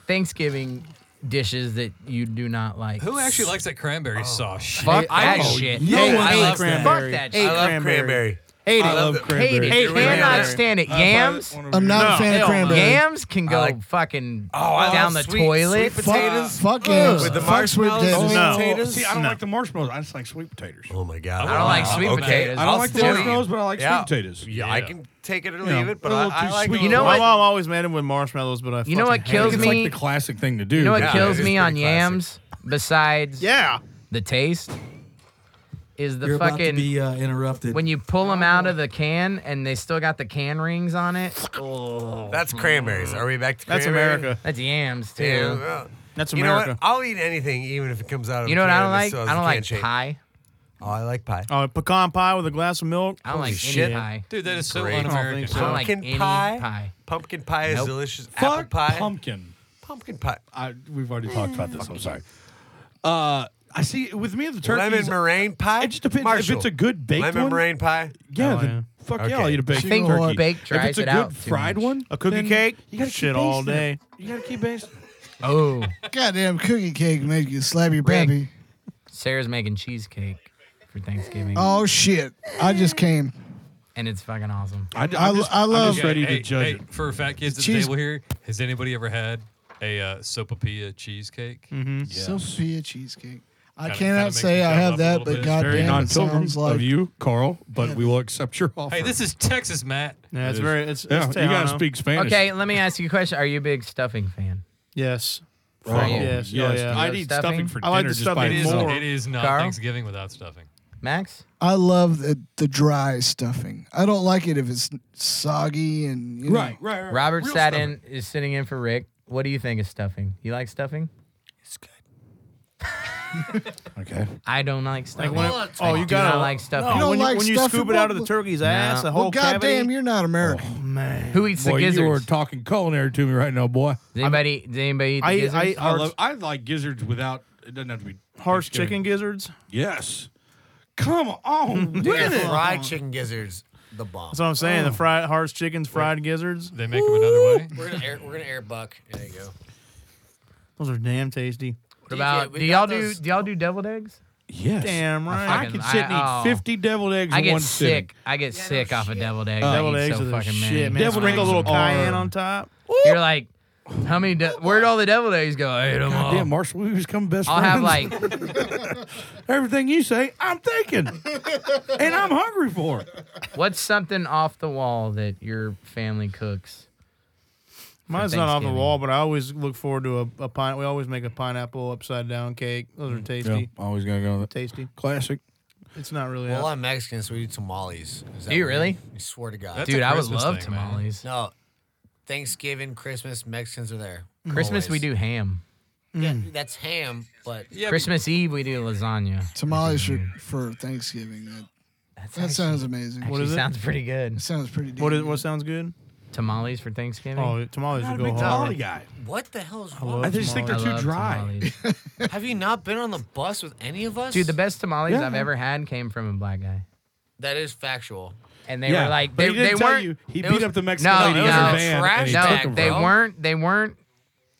Thanksgiving dishes that you do not like?
Who actually likes that cranberry sauce? Shit.
Fuck that
oh,
shit.
No
Hey,
one
I
hates
love
cranberry.
Fuck that
Hey,
shit.
I love
Cranberry.
cranberry.
Hate
I
it.
love
Hate
cranberry.
it.
Hate
Cannot
cranberry.
stand it. Yams?
I'm not a fan
hell
of
no.
cranberry.
Yams can go
like-
fucking
Oh, I
down
love
Uh,
the
sweet-
toilet.
sweet
Fuck,
potatoes.
fuck yams.
With the
fuck sweet
marshmallows.
potatoes.
No.
Oh,
Potatoes?
see, I don't
No.
like the marshmallows. I just like sweet potatoes. Uh,
Oh my God.
I don't like
Wow.
sweet
Okay,
potatoes.
I'll
I don't like the
still eat.
marshmallows, but I like
Yeah.
sweet potatoes.
Yeah, I can take it or leave
know,
it, but
a
I,
little
I
too
like
sweet.
it.
You know
My
what-
mom always made him with marshmallows, but I
You
fucking
know what
hate
kills
it.
It's
me-
like the classic thing to do.
You know what
Yeah,
kills
it is
me on
pretty classic.
yams besides
Yeah.
the taste is the
You're about to
fucking
be uh, interrupted.
when you pull them out of the can and they still got the can rings on it. Oh,
That's cranberries. Are we back to
That's
cranberry?
America.
that's yams too.
Yeah. well,
That's
You know
America.
what? I'll eat anything, even if it comes out of.
You know
a
what
can
I don't
that
like?
still has
I
a
don't
can
like
shape.
pie.
Oh, I like pie.
Oh, pecan pie with a glass of milk.
I don't like
shit.
any pie.
Dude, that is so
Great.
un-American.
I don't
I
think
don't like
Pumpkin
any
pie?
pie.
Pumpkin pie is
Nope.
delicious. Apple
Fuck
pie.
pumpkin.
pumpkin pie.
I, we've already talked about this. I'm sorry. Uh, I see. With me, the turkey.
Lemon meringue pie.
It just depends
Marshall.
if it's a good baked
lemon
one.
meringue pie.
Yeah,
Oh,
then fuck yeah,
Okay.
I'll eat a baked
I think
turkey.
baked
if
dries
it's a
it
good
out too
fried
much.
one,
A cookie
then
cake?
you gotta
Shit
keep
all
basting
day.
it. You gotta keep basting.
Oh,
Goddamn cookie cake made you slap your
Rick.
baby.
Sarah's making cheesecake for Thanksgiving,
Oh shit! I just came.
and it's fucking awesome.
I, d-
I,
I'm just,
I love.
Yeah,
ready to
hey,
judge
hey,
it.
For fat kids at the
Cheese-
table here, has
Mm-hmm.
anybody ever had a uh, sopapilla cheesecake?
Sophia cheesecake. I
Kinda- kinda
cannot
makes
say
me
I
shut
have
up a
that, but
little bit.
Very
goddamn,
non
it sounds like
of you, Carl, but we will accept your offer.
Hey, this is Texas, Matt.
Yeah, it's
It is.
very. It's,
yeah,
it's
you gotta
Tejano.
speak Spanish.
Okay, let me ask you a question. Are you a big stuffing fan?
Yes.
Oh,
Right.
Yes, oh,
yes.
yeah.
I
Love
need
stuffing?
stuffing, for
I
dinner.
like the
just
stuffing
by
It is,
more.
itself.
it is not
Carl?
Thanksgiving without stuffing.
Max?
I love the, the dry stuffing. I don't like it if it's soggy and you know,
Right, right, right.
Robert
Real
sat
stuffing.
in is sitting in for Rick. What do you think of stuffing? You like stuffing?
Okay.
I don't like stuffing.
when it- oh,
I
you
do
gotta-
not like stuffing.
don't
when you,
like
when you
stuffing?
scoop it out of the
Well,
turkey's ass, the whole
Well, goddamn,
cavity. Oh,
you're not American.
man.
Who eats
Boy,
the
you are
gizzards?
talking culinary to me right now, boy.
Does anybody does anybody eat the
I-
gizzards?
I-
I, love, I like gizzards without. It doesn't have to be
Harsh
Thanksgiving.
chicken gizzards.
Yes. Come on with
Dude,
it. Oh.
fried chicken gizzards, the bomb.
That's what I'm saying.
Oh.
The fried harsh chickens, fried gizzards.
They make them another way.
We're gonna air, we're gonna air buck. There you go.
Those are damn tasty.
What about
we
do
got
y'all
those-
do do y'all do deviled eggs?
Yes.
Damn
I
right.
fucking-
could sit and eat
I- oh.
50 deviled eggs
I
in
get
one sitting.
sick. I get sick off of deviled eggs. I
Deviled
eat
eggs
so
are the
fucking many.
shit, man.
Deviled
Sprinkle a
eggs
little
are-
cayenne on top.
You're like, how many? De- where'd all the deviled eggs go? I ate them all.
Damn, Marshall, we become best
I'll have
friends.
like,
Everything you say, I'm thinking. and I'm hungry for it.
what's something off the wall that your family cooks?
Mine's not off the
Thanksgiving.
wall, but I always look forward to a, a pine. We always make a pineapple upside down cake. Those are tasty.
always going to go with it.
Tasty.
Classic.
It's not really.
Well,
out-
I'm Mexican, so we eat tamales. Is that
Do you
weird?
really?
I swear to God.
That's
Dude,
a
I would
Christmas
love
thing, man.
tamales.
no, Thanksgiving, Christmas, Mexicans are there.
Mm-hmm.
Christmas we
Always.
do ham.
Yeah,
Mm.
that's ham, but
Yeah,
Christmas Eve we do lasagna.
Tamales for, for Thanksgiving. That,
That's
that sounds amazing.
actually
is it?
sounds pretty good.
It sounds pretty damn
what is,
good.
what sounds good?
Tamales for Thanksgiving.
Oh, tamales would
a
go
big
hard.
tamale guy.
what the hell is wrong?
love
I
with
just think
I
they're too
love
dry.
tamales.
you? Have you not been on the bus with any of us?
Dude, the best tamales
Yeah.
I've ever had came from a black guy,
that is factual.
and they were like,
but
they,
he didn't
they
tell
weren't.
you. He
it
beat
was-
up the Mexican
no,
lady in
no,
her van. and
trash
he took
No,
bag,
him
they
from
bro.
weren't. They weren't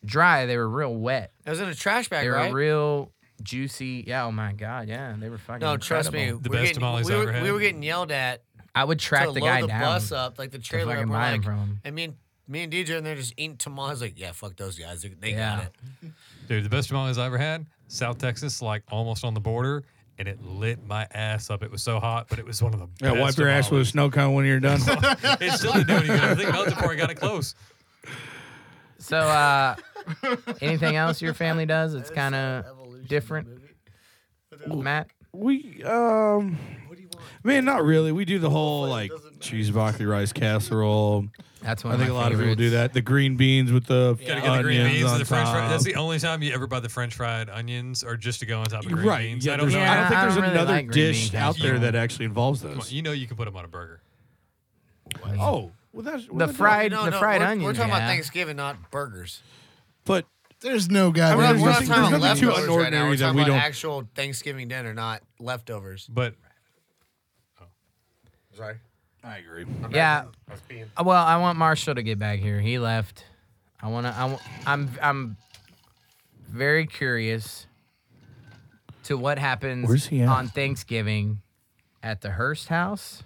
dry. They were real wet.
It was in a trash bag,
They were
right?
real juicy. Yeah. Oh my god. Yeah. They were fucking.
no, trust me.
incredible.
we
The
were
best
getting,
tamales
we
I
were,
ever had.
We were getting yelled at
I would track
to
the
load
guy
the
down.
bus up, like the trailer.
fucking
Up, we're
buy 'em
like,
from 'em.
and me and me and DJ and they're just eating tamales. Like, yeah, fuck those guys. They, they
Yeah.
got it.
Dude, the best tamales I ever had, South Texas, like almost on the border, and it lit my ass up. It was so hot, but it was one of the
Yeah,
best.
wipe your ass with
tamales.
a snow cone when you're done.
It still didn't do any good. I think melted before I got it close.
So, uh, anything else your family does? It's kind of different. Matt,
we, um, man, not really. We do the whole like cheese broccoli rice casserole.
that's one.
I
of
think a
my
lot of people do
favorites.
that. The green beans with the
Gotta
onions
get the green beans
on
and the French
top.
fries. That's the only time you ever buy the French fried onions, or just to go on top of green
right.
beans.
Yeah,
I don't know.
there's-
Yeah,
think
I
there's
don't really
another
like green
dish
bean
out there
casserole.
that actually involves
Come on,
those.
You know you can put them on a burger.
Oh, well, that's
The fried,
No,
the
no,
fried
we're,
onions.
We're talking
yeah.
about Thanksgiving, not burgers.
But
There's no goddamn.
We're not,
There's
we're not
nothing-
talking about
there's nothing too
leftovers right now. We're
unordinary that
talking
we
about
don't-
actual Thanksgiving dinner, not leftovers.
But
Sorry.
I agree.
Yeah. Uh, Well, I want Marshall to get back here. He left. I want to. I wa- I'm. I'm very curious to what happens
Where's he at?
on Thanksgiving at the Hearst house,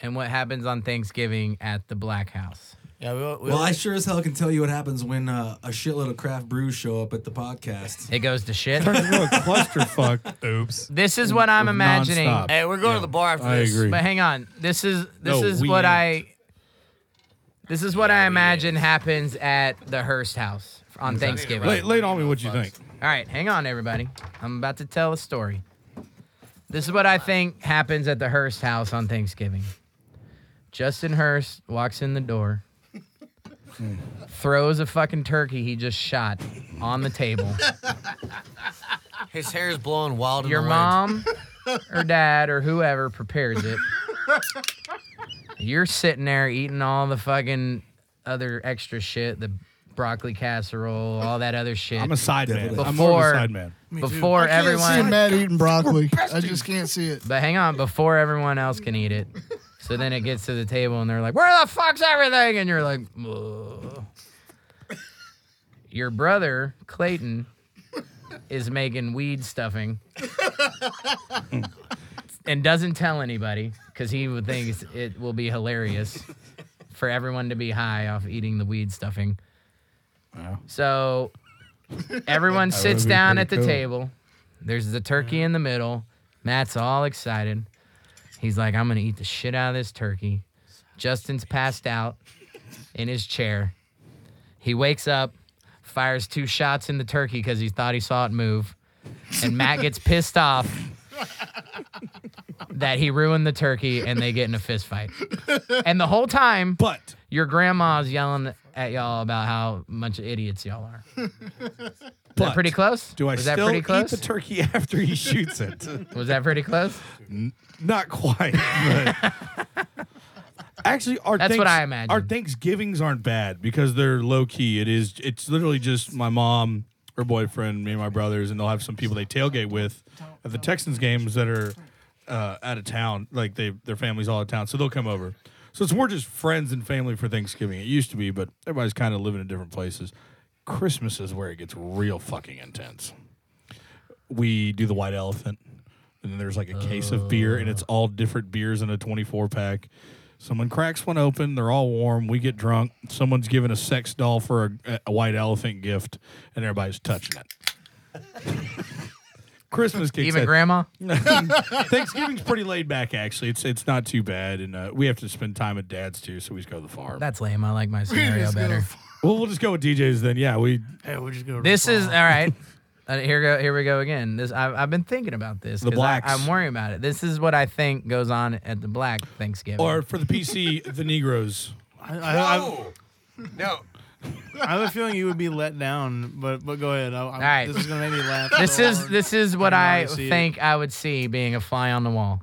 and what happens on Thanksgiving at the Black House.
Yeah, we, we,
Well, I sure as hell can tell you what happens when uh, a shitload of craft brews show up at the podcast.
It goes to shit.
clusterfuck.
oops,
This is what I'm imagining.
Nonstop.
hey, we're going to the bar after
I
this.
agree.
But hang on. This is this
No,
is
we
what
ain't.
I this is what I imagine happens at the Hearst house on Thanksgiving.
Lay, lay it on me what you think.
All right, hang on, everybody. I'm about to tell a story. This is what I think happens at the Hearst house on Thanksgiving. Justin Hearst walks in the door,
Hmm.
throws a fucking turkey he just shot on the table.
His hair is blowing wild. in
Your
the wind.
mom or dad or whoever prepares it. You're sitting there eating all the fucking other extra shit, the broccoli casserole, all that other shit.
I'm a side man. I'm more
Before-
of a side man.
before
I can't see
everyone
Matt eating broccoli. I just can't see it.
But hang on, before everyone else can eat it. So then it gets to the table and they're like, Where the fuck's everything? And you're like, "Ugh." Your brother, Clayton, is making weed stuffing and doesn't tell anybody because he would think it will be hilarious for everyone to be high off eating the weed stuffing. So everyone sits
be
down
pretty
at the
cool.
table. There's the turkey in the middle. Matt's all excited. He's like, I'm gonna eat the shit out of this turkey. Justin's passed out in his chair. He wakes up, fires two shots in the turkey because he thought he saw it move. And Matt gets pissed off that he ruined the turkey and they get in a fist fight. And the whole time,
But
your grandma's yelling at y'all about how much idiots y'all are. Is
but
that pretty close?
Do I
Was
still
that pretty
eat
close?
the turkey after he shoots it?
Was that pretty close?
Not quite. but- Actually, our
That's what
thanks-
I imagine.
Our Thanksgivings aren't bad because they're low key. It is. It's literally just my mom, her boyfriend, me and my brothers, and they'll have some people they tailgate with at the Texans games that are uh, out of town. Like they, their families all out of town, so they'll come over. So it's more just friends and family for Thanksgiving. It used to be, but everybody's kind of living in different places. Christmas is where it gets real fucking intense we do the white elephant and then there's like a case of beer and it's all different beers in a 24 pack someone cracks one open they're all warm we get drunk someone's given a sex doll for a, a white elephant gift and everybody's touching it christmas kicks
Even
in.
grandma?
thanksgiving's pretty laid back actually it's it's not too bad and uh, we have to spend time at dad's too so we just go to the farm
That's lame. I like my scenario better.
well we'll just go with djs then yeah we
Hey, we'll just go.
This is all
Rafael.
right. Uh, here go here we go again. This I've, I've been thinking about this.
The
'cause
blacks.
I, am worrying about it. This is what I think goes on at the black Thanksgiving.
or for the pc the negroes
I, I, I,
No.
I have a feeling you would be let down, but but go ahead. I, I, All
right.
This is gonna make me laugh.
this
so
is
hard.
this is what
I
I
wanna see it.
think I would see being a fly on the wall.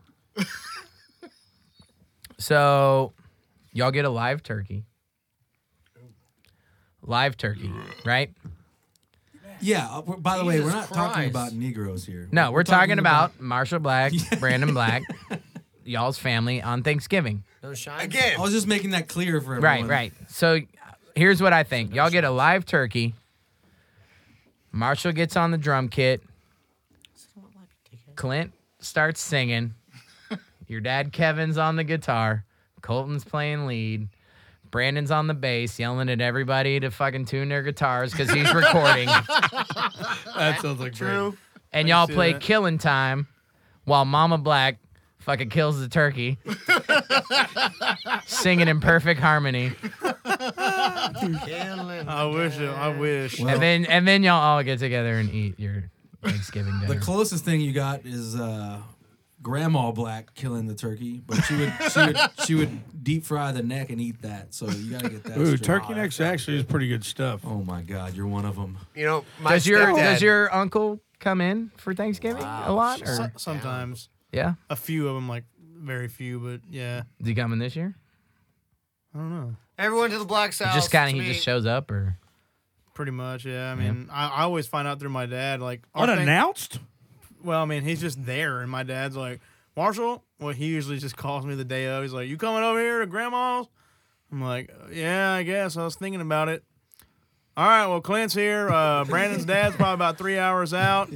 so, y'all get a live turkey. Live turkey, right?
Yeah. uh, we're- by the way, we're
Jesus
not
Christ.
talking about Negroes here.
No, we're, talking, about, Marshall Black, Brandon Black, y'all's family on Thanksgiving.
No shine.
Again.
I was just making that clear for everyone.
Right, right. So uh, here's what I think. Y'all get a live turkey. Marshall gets on the drum kit. Clint starts singing. Your dad Kevin's on the guitar. Colton's playing lead. Brandon's on the bass, yelling at everybody to fucking tune their guitars because he's recording.
that sounds like true.
and y'all
see
play
that.
Killing Time while Mama Black fucking kills the turkey, singing in perfect harmony.
I wish. It, I wish.
Well,
And then and then y'all all get together and eat your Thanksgiving
The
dinner.
closest thing you got is uh, Grandma Black killing the turkey, but she would she would she would deep fry the neck and eat that. So you gotta get that.
Ooh,
straight.
turkey necks actually is pretty good stuff.
Oh my God, you're one of them.
You know, my
does your
stepdad-
does your uncle come in for Thanksgiving
Uh,
a lot?
So-
Or,
sometimes
yeah,
a few of them, like very few, but yeah.
is he coming this year?
I don't know.
everyone to the Black South.
just kind of he just shows up or
Pretty much, yeah. I mean, I, I always find out through my dad. Like, our thing-
Unannounced?
Well, I mean, he's just there, and my dad's like, Marshall. Well, he usually just calls me the day of. He's like, "You coming over here to Grandma's?" I'm like, "Yeah, I guess." I was thinking about it. All right, well, Clint's here. Uh, Brandon's dad's probably about three hours out.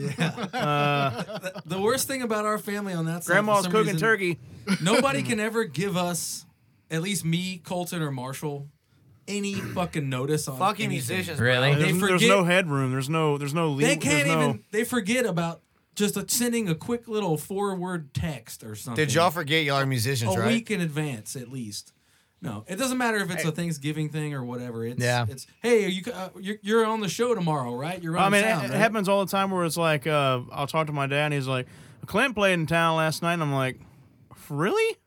Uh,
The worst thing about our family on that side, for
Grandma's
some
cooking
reason,
turkey.
Nobody can ever give us, at least me, Colton, or Marshall, any fucking notice on
Fucking
anything.
musicians.
really.
There's, there's
forget-
no headroom. There's no. There's no. Lead,
They can't
there's no,
even. They forget about just a, sending a quick little four-word text or something. Oh,
Did y'all forget y'all are musicians,
a
right?
week in advance at least. No, it doesn't matter if it's a Thanksgiving thing or whatever. It's
Yeah.
it's hey, are you uh, you're, you're on the show tomorrow, right? You're
I
on
mean, it,
town,
it
right?
happens all the time where it's like, uh, I'll talk to my dad, and he's like, Clint played in town last night. And I'm like, really?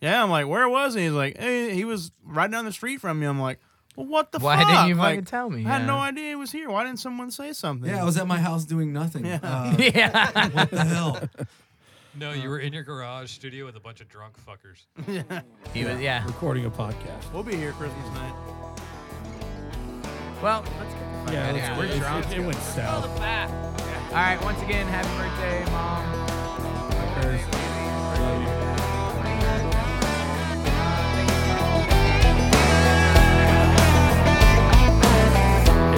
Yeah, I'm like, where was he? He's like, hey, he was right down the street from me. I'm like, well, what the
Why
fuck?
didn't you
Like,
fucking tell me?
I had
Yeah.
no idea he was here. Why didn't someone say something?
Yeah, I was at my house doing nothing. Uh,
Yeah,
what the hell?
No, you were in your garage studio with a bunch of drunk fuckers.
he was. Yeah.
Recording a podcast.
We'll be here Christmas night.
Well, let's get
Yeah,
let's go.
it,
We're drunk.
it, it went south.
all right. Once again, happy birthday, mom.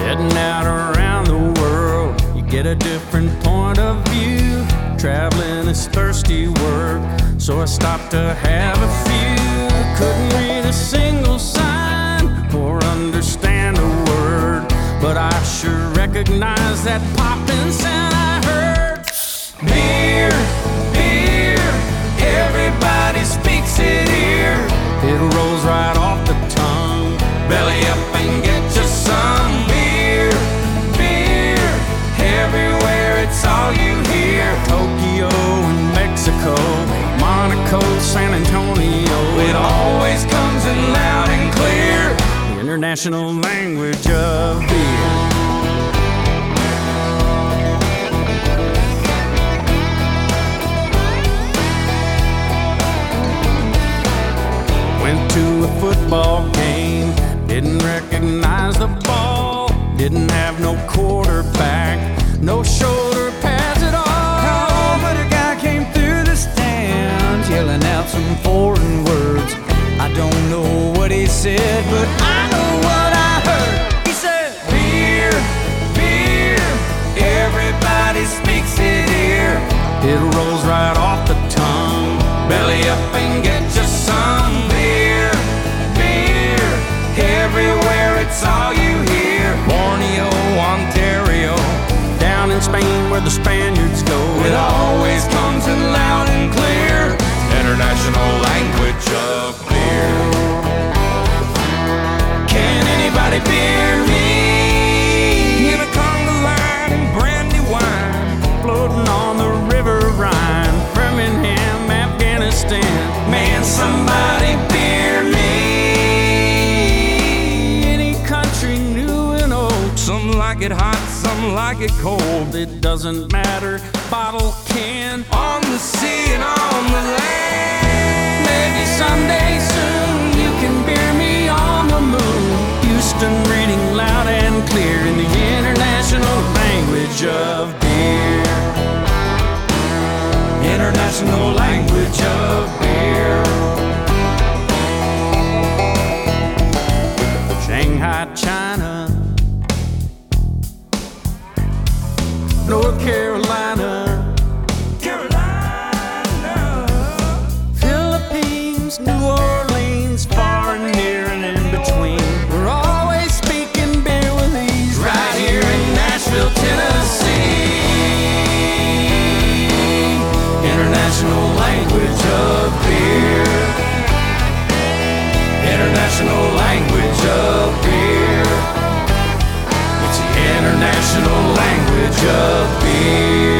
Heading out around the world, you get a different point of view. Traveling is thirsty work, so I stopped to have a few. Couldn't read a single sign or understand a word, but I sure recognize that popping sound I heard. beer, beer. Everybody speaks it here. It rolls right off the tongue. Belly up and get you some beer, beer. Everywhere it's all you hear. Tokyo and Mexico, Monaco, San Antonio. It always comes in loud and clear. The international language of beer. Went to a football game, didn't recognize the ball, didn't have no quarterback, no shoulder pads at all. But a guy came through the stands yelling out some foreign words. I don't know what he said, but I know what I heard. He said, Beer, beer, everybody speaks it here. It rolls right off the tongue. Belly up and get you some beer, beer. Everywhere it's all you hear. Borneo, Ontario, down in Spain where the Spaniards go. It always comes in loud and clear. International language of beer. Can anybody beer me? In a conga line and brandy wine floating on the river Rhine, Birmingham, Afghanistan. Man, somebody beer me. Any country, new and old, some like it hot, some like it cold. It doesn't matter, bottle can on the sea and on the land. Maybe someday soon you can beer me on the moon. Houston reading loud and clear in the international language of beer. International language of beer. Shanghai, China. North Carolina. Carolina. Philippines, New Orleans, far and near and in between. We're always speaking beer with these right here in Nashville, Tennessee. International language of beer. International language of beer. It's the international language of beer.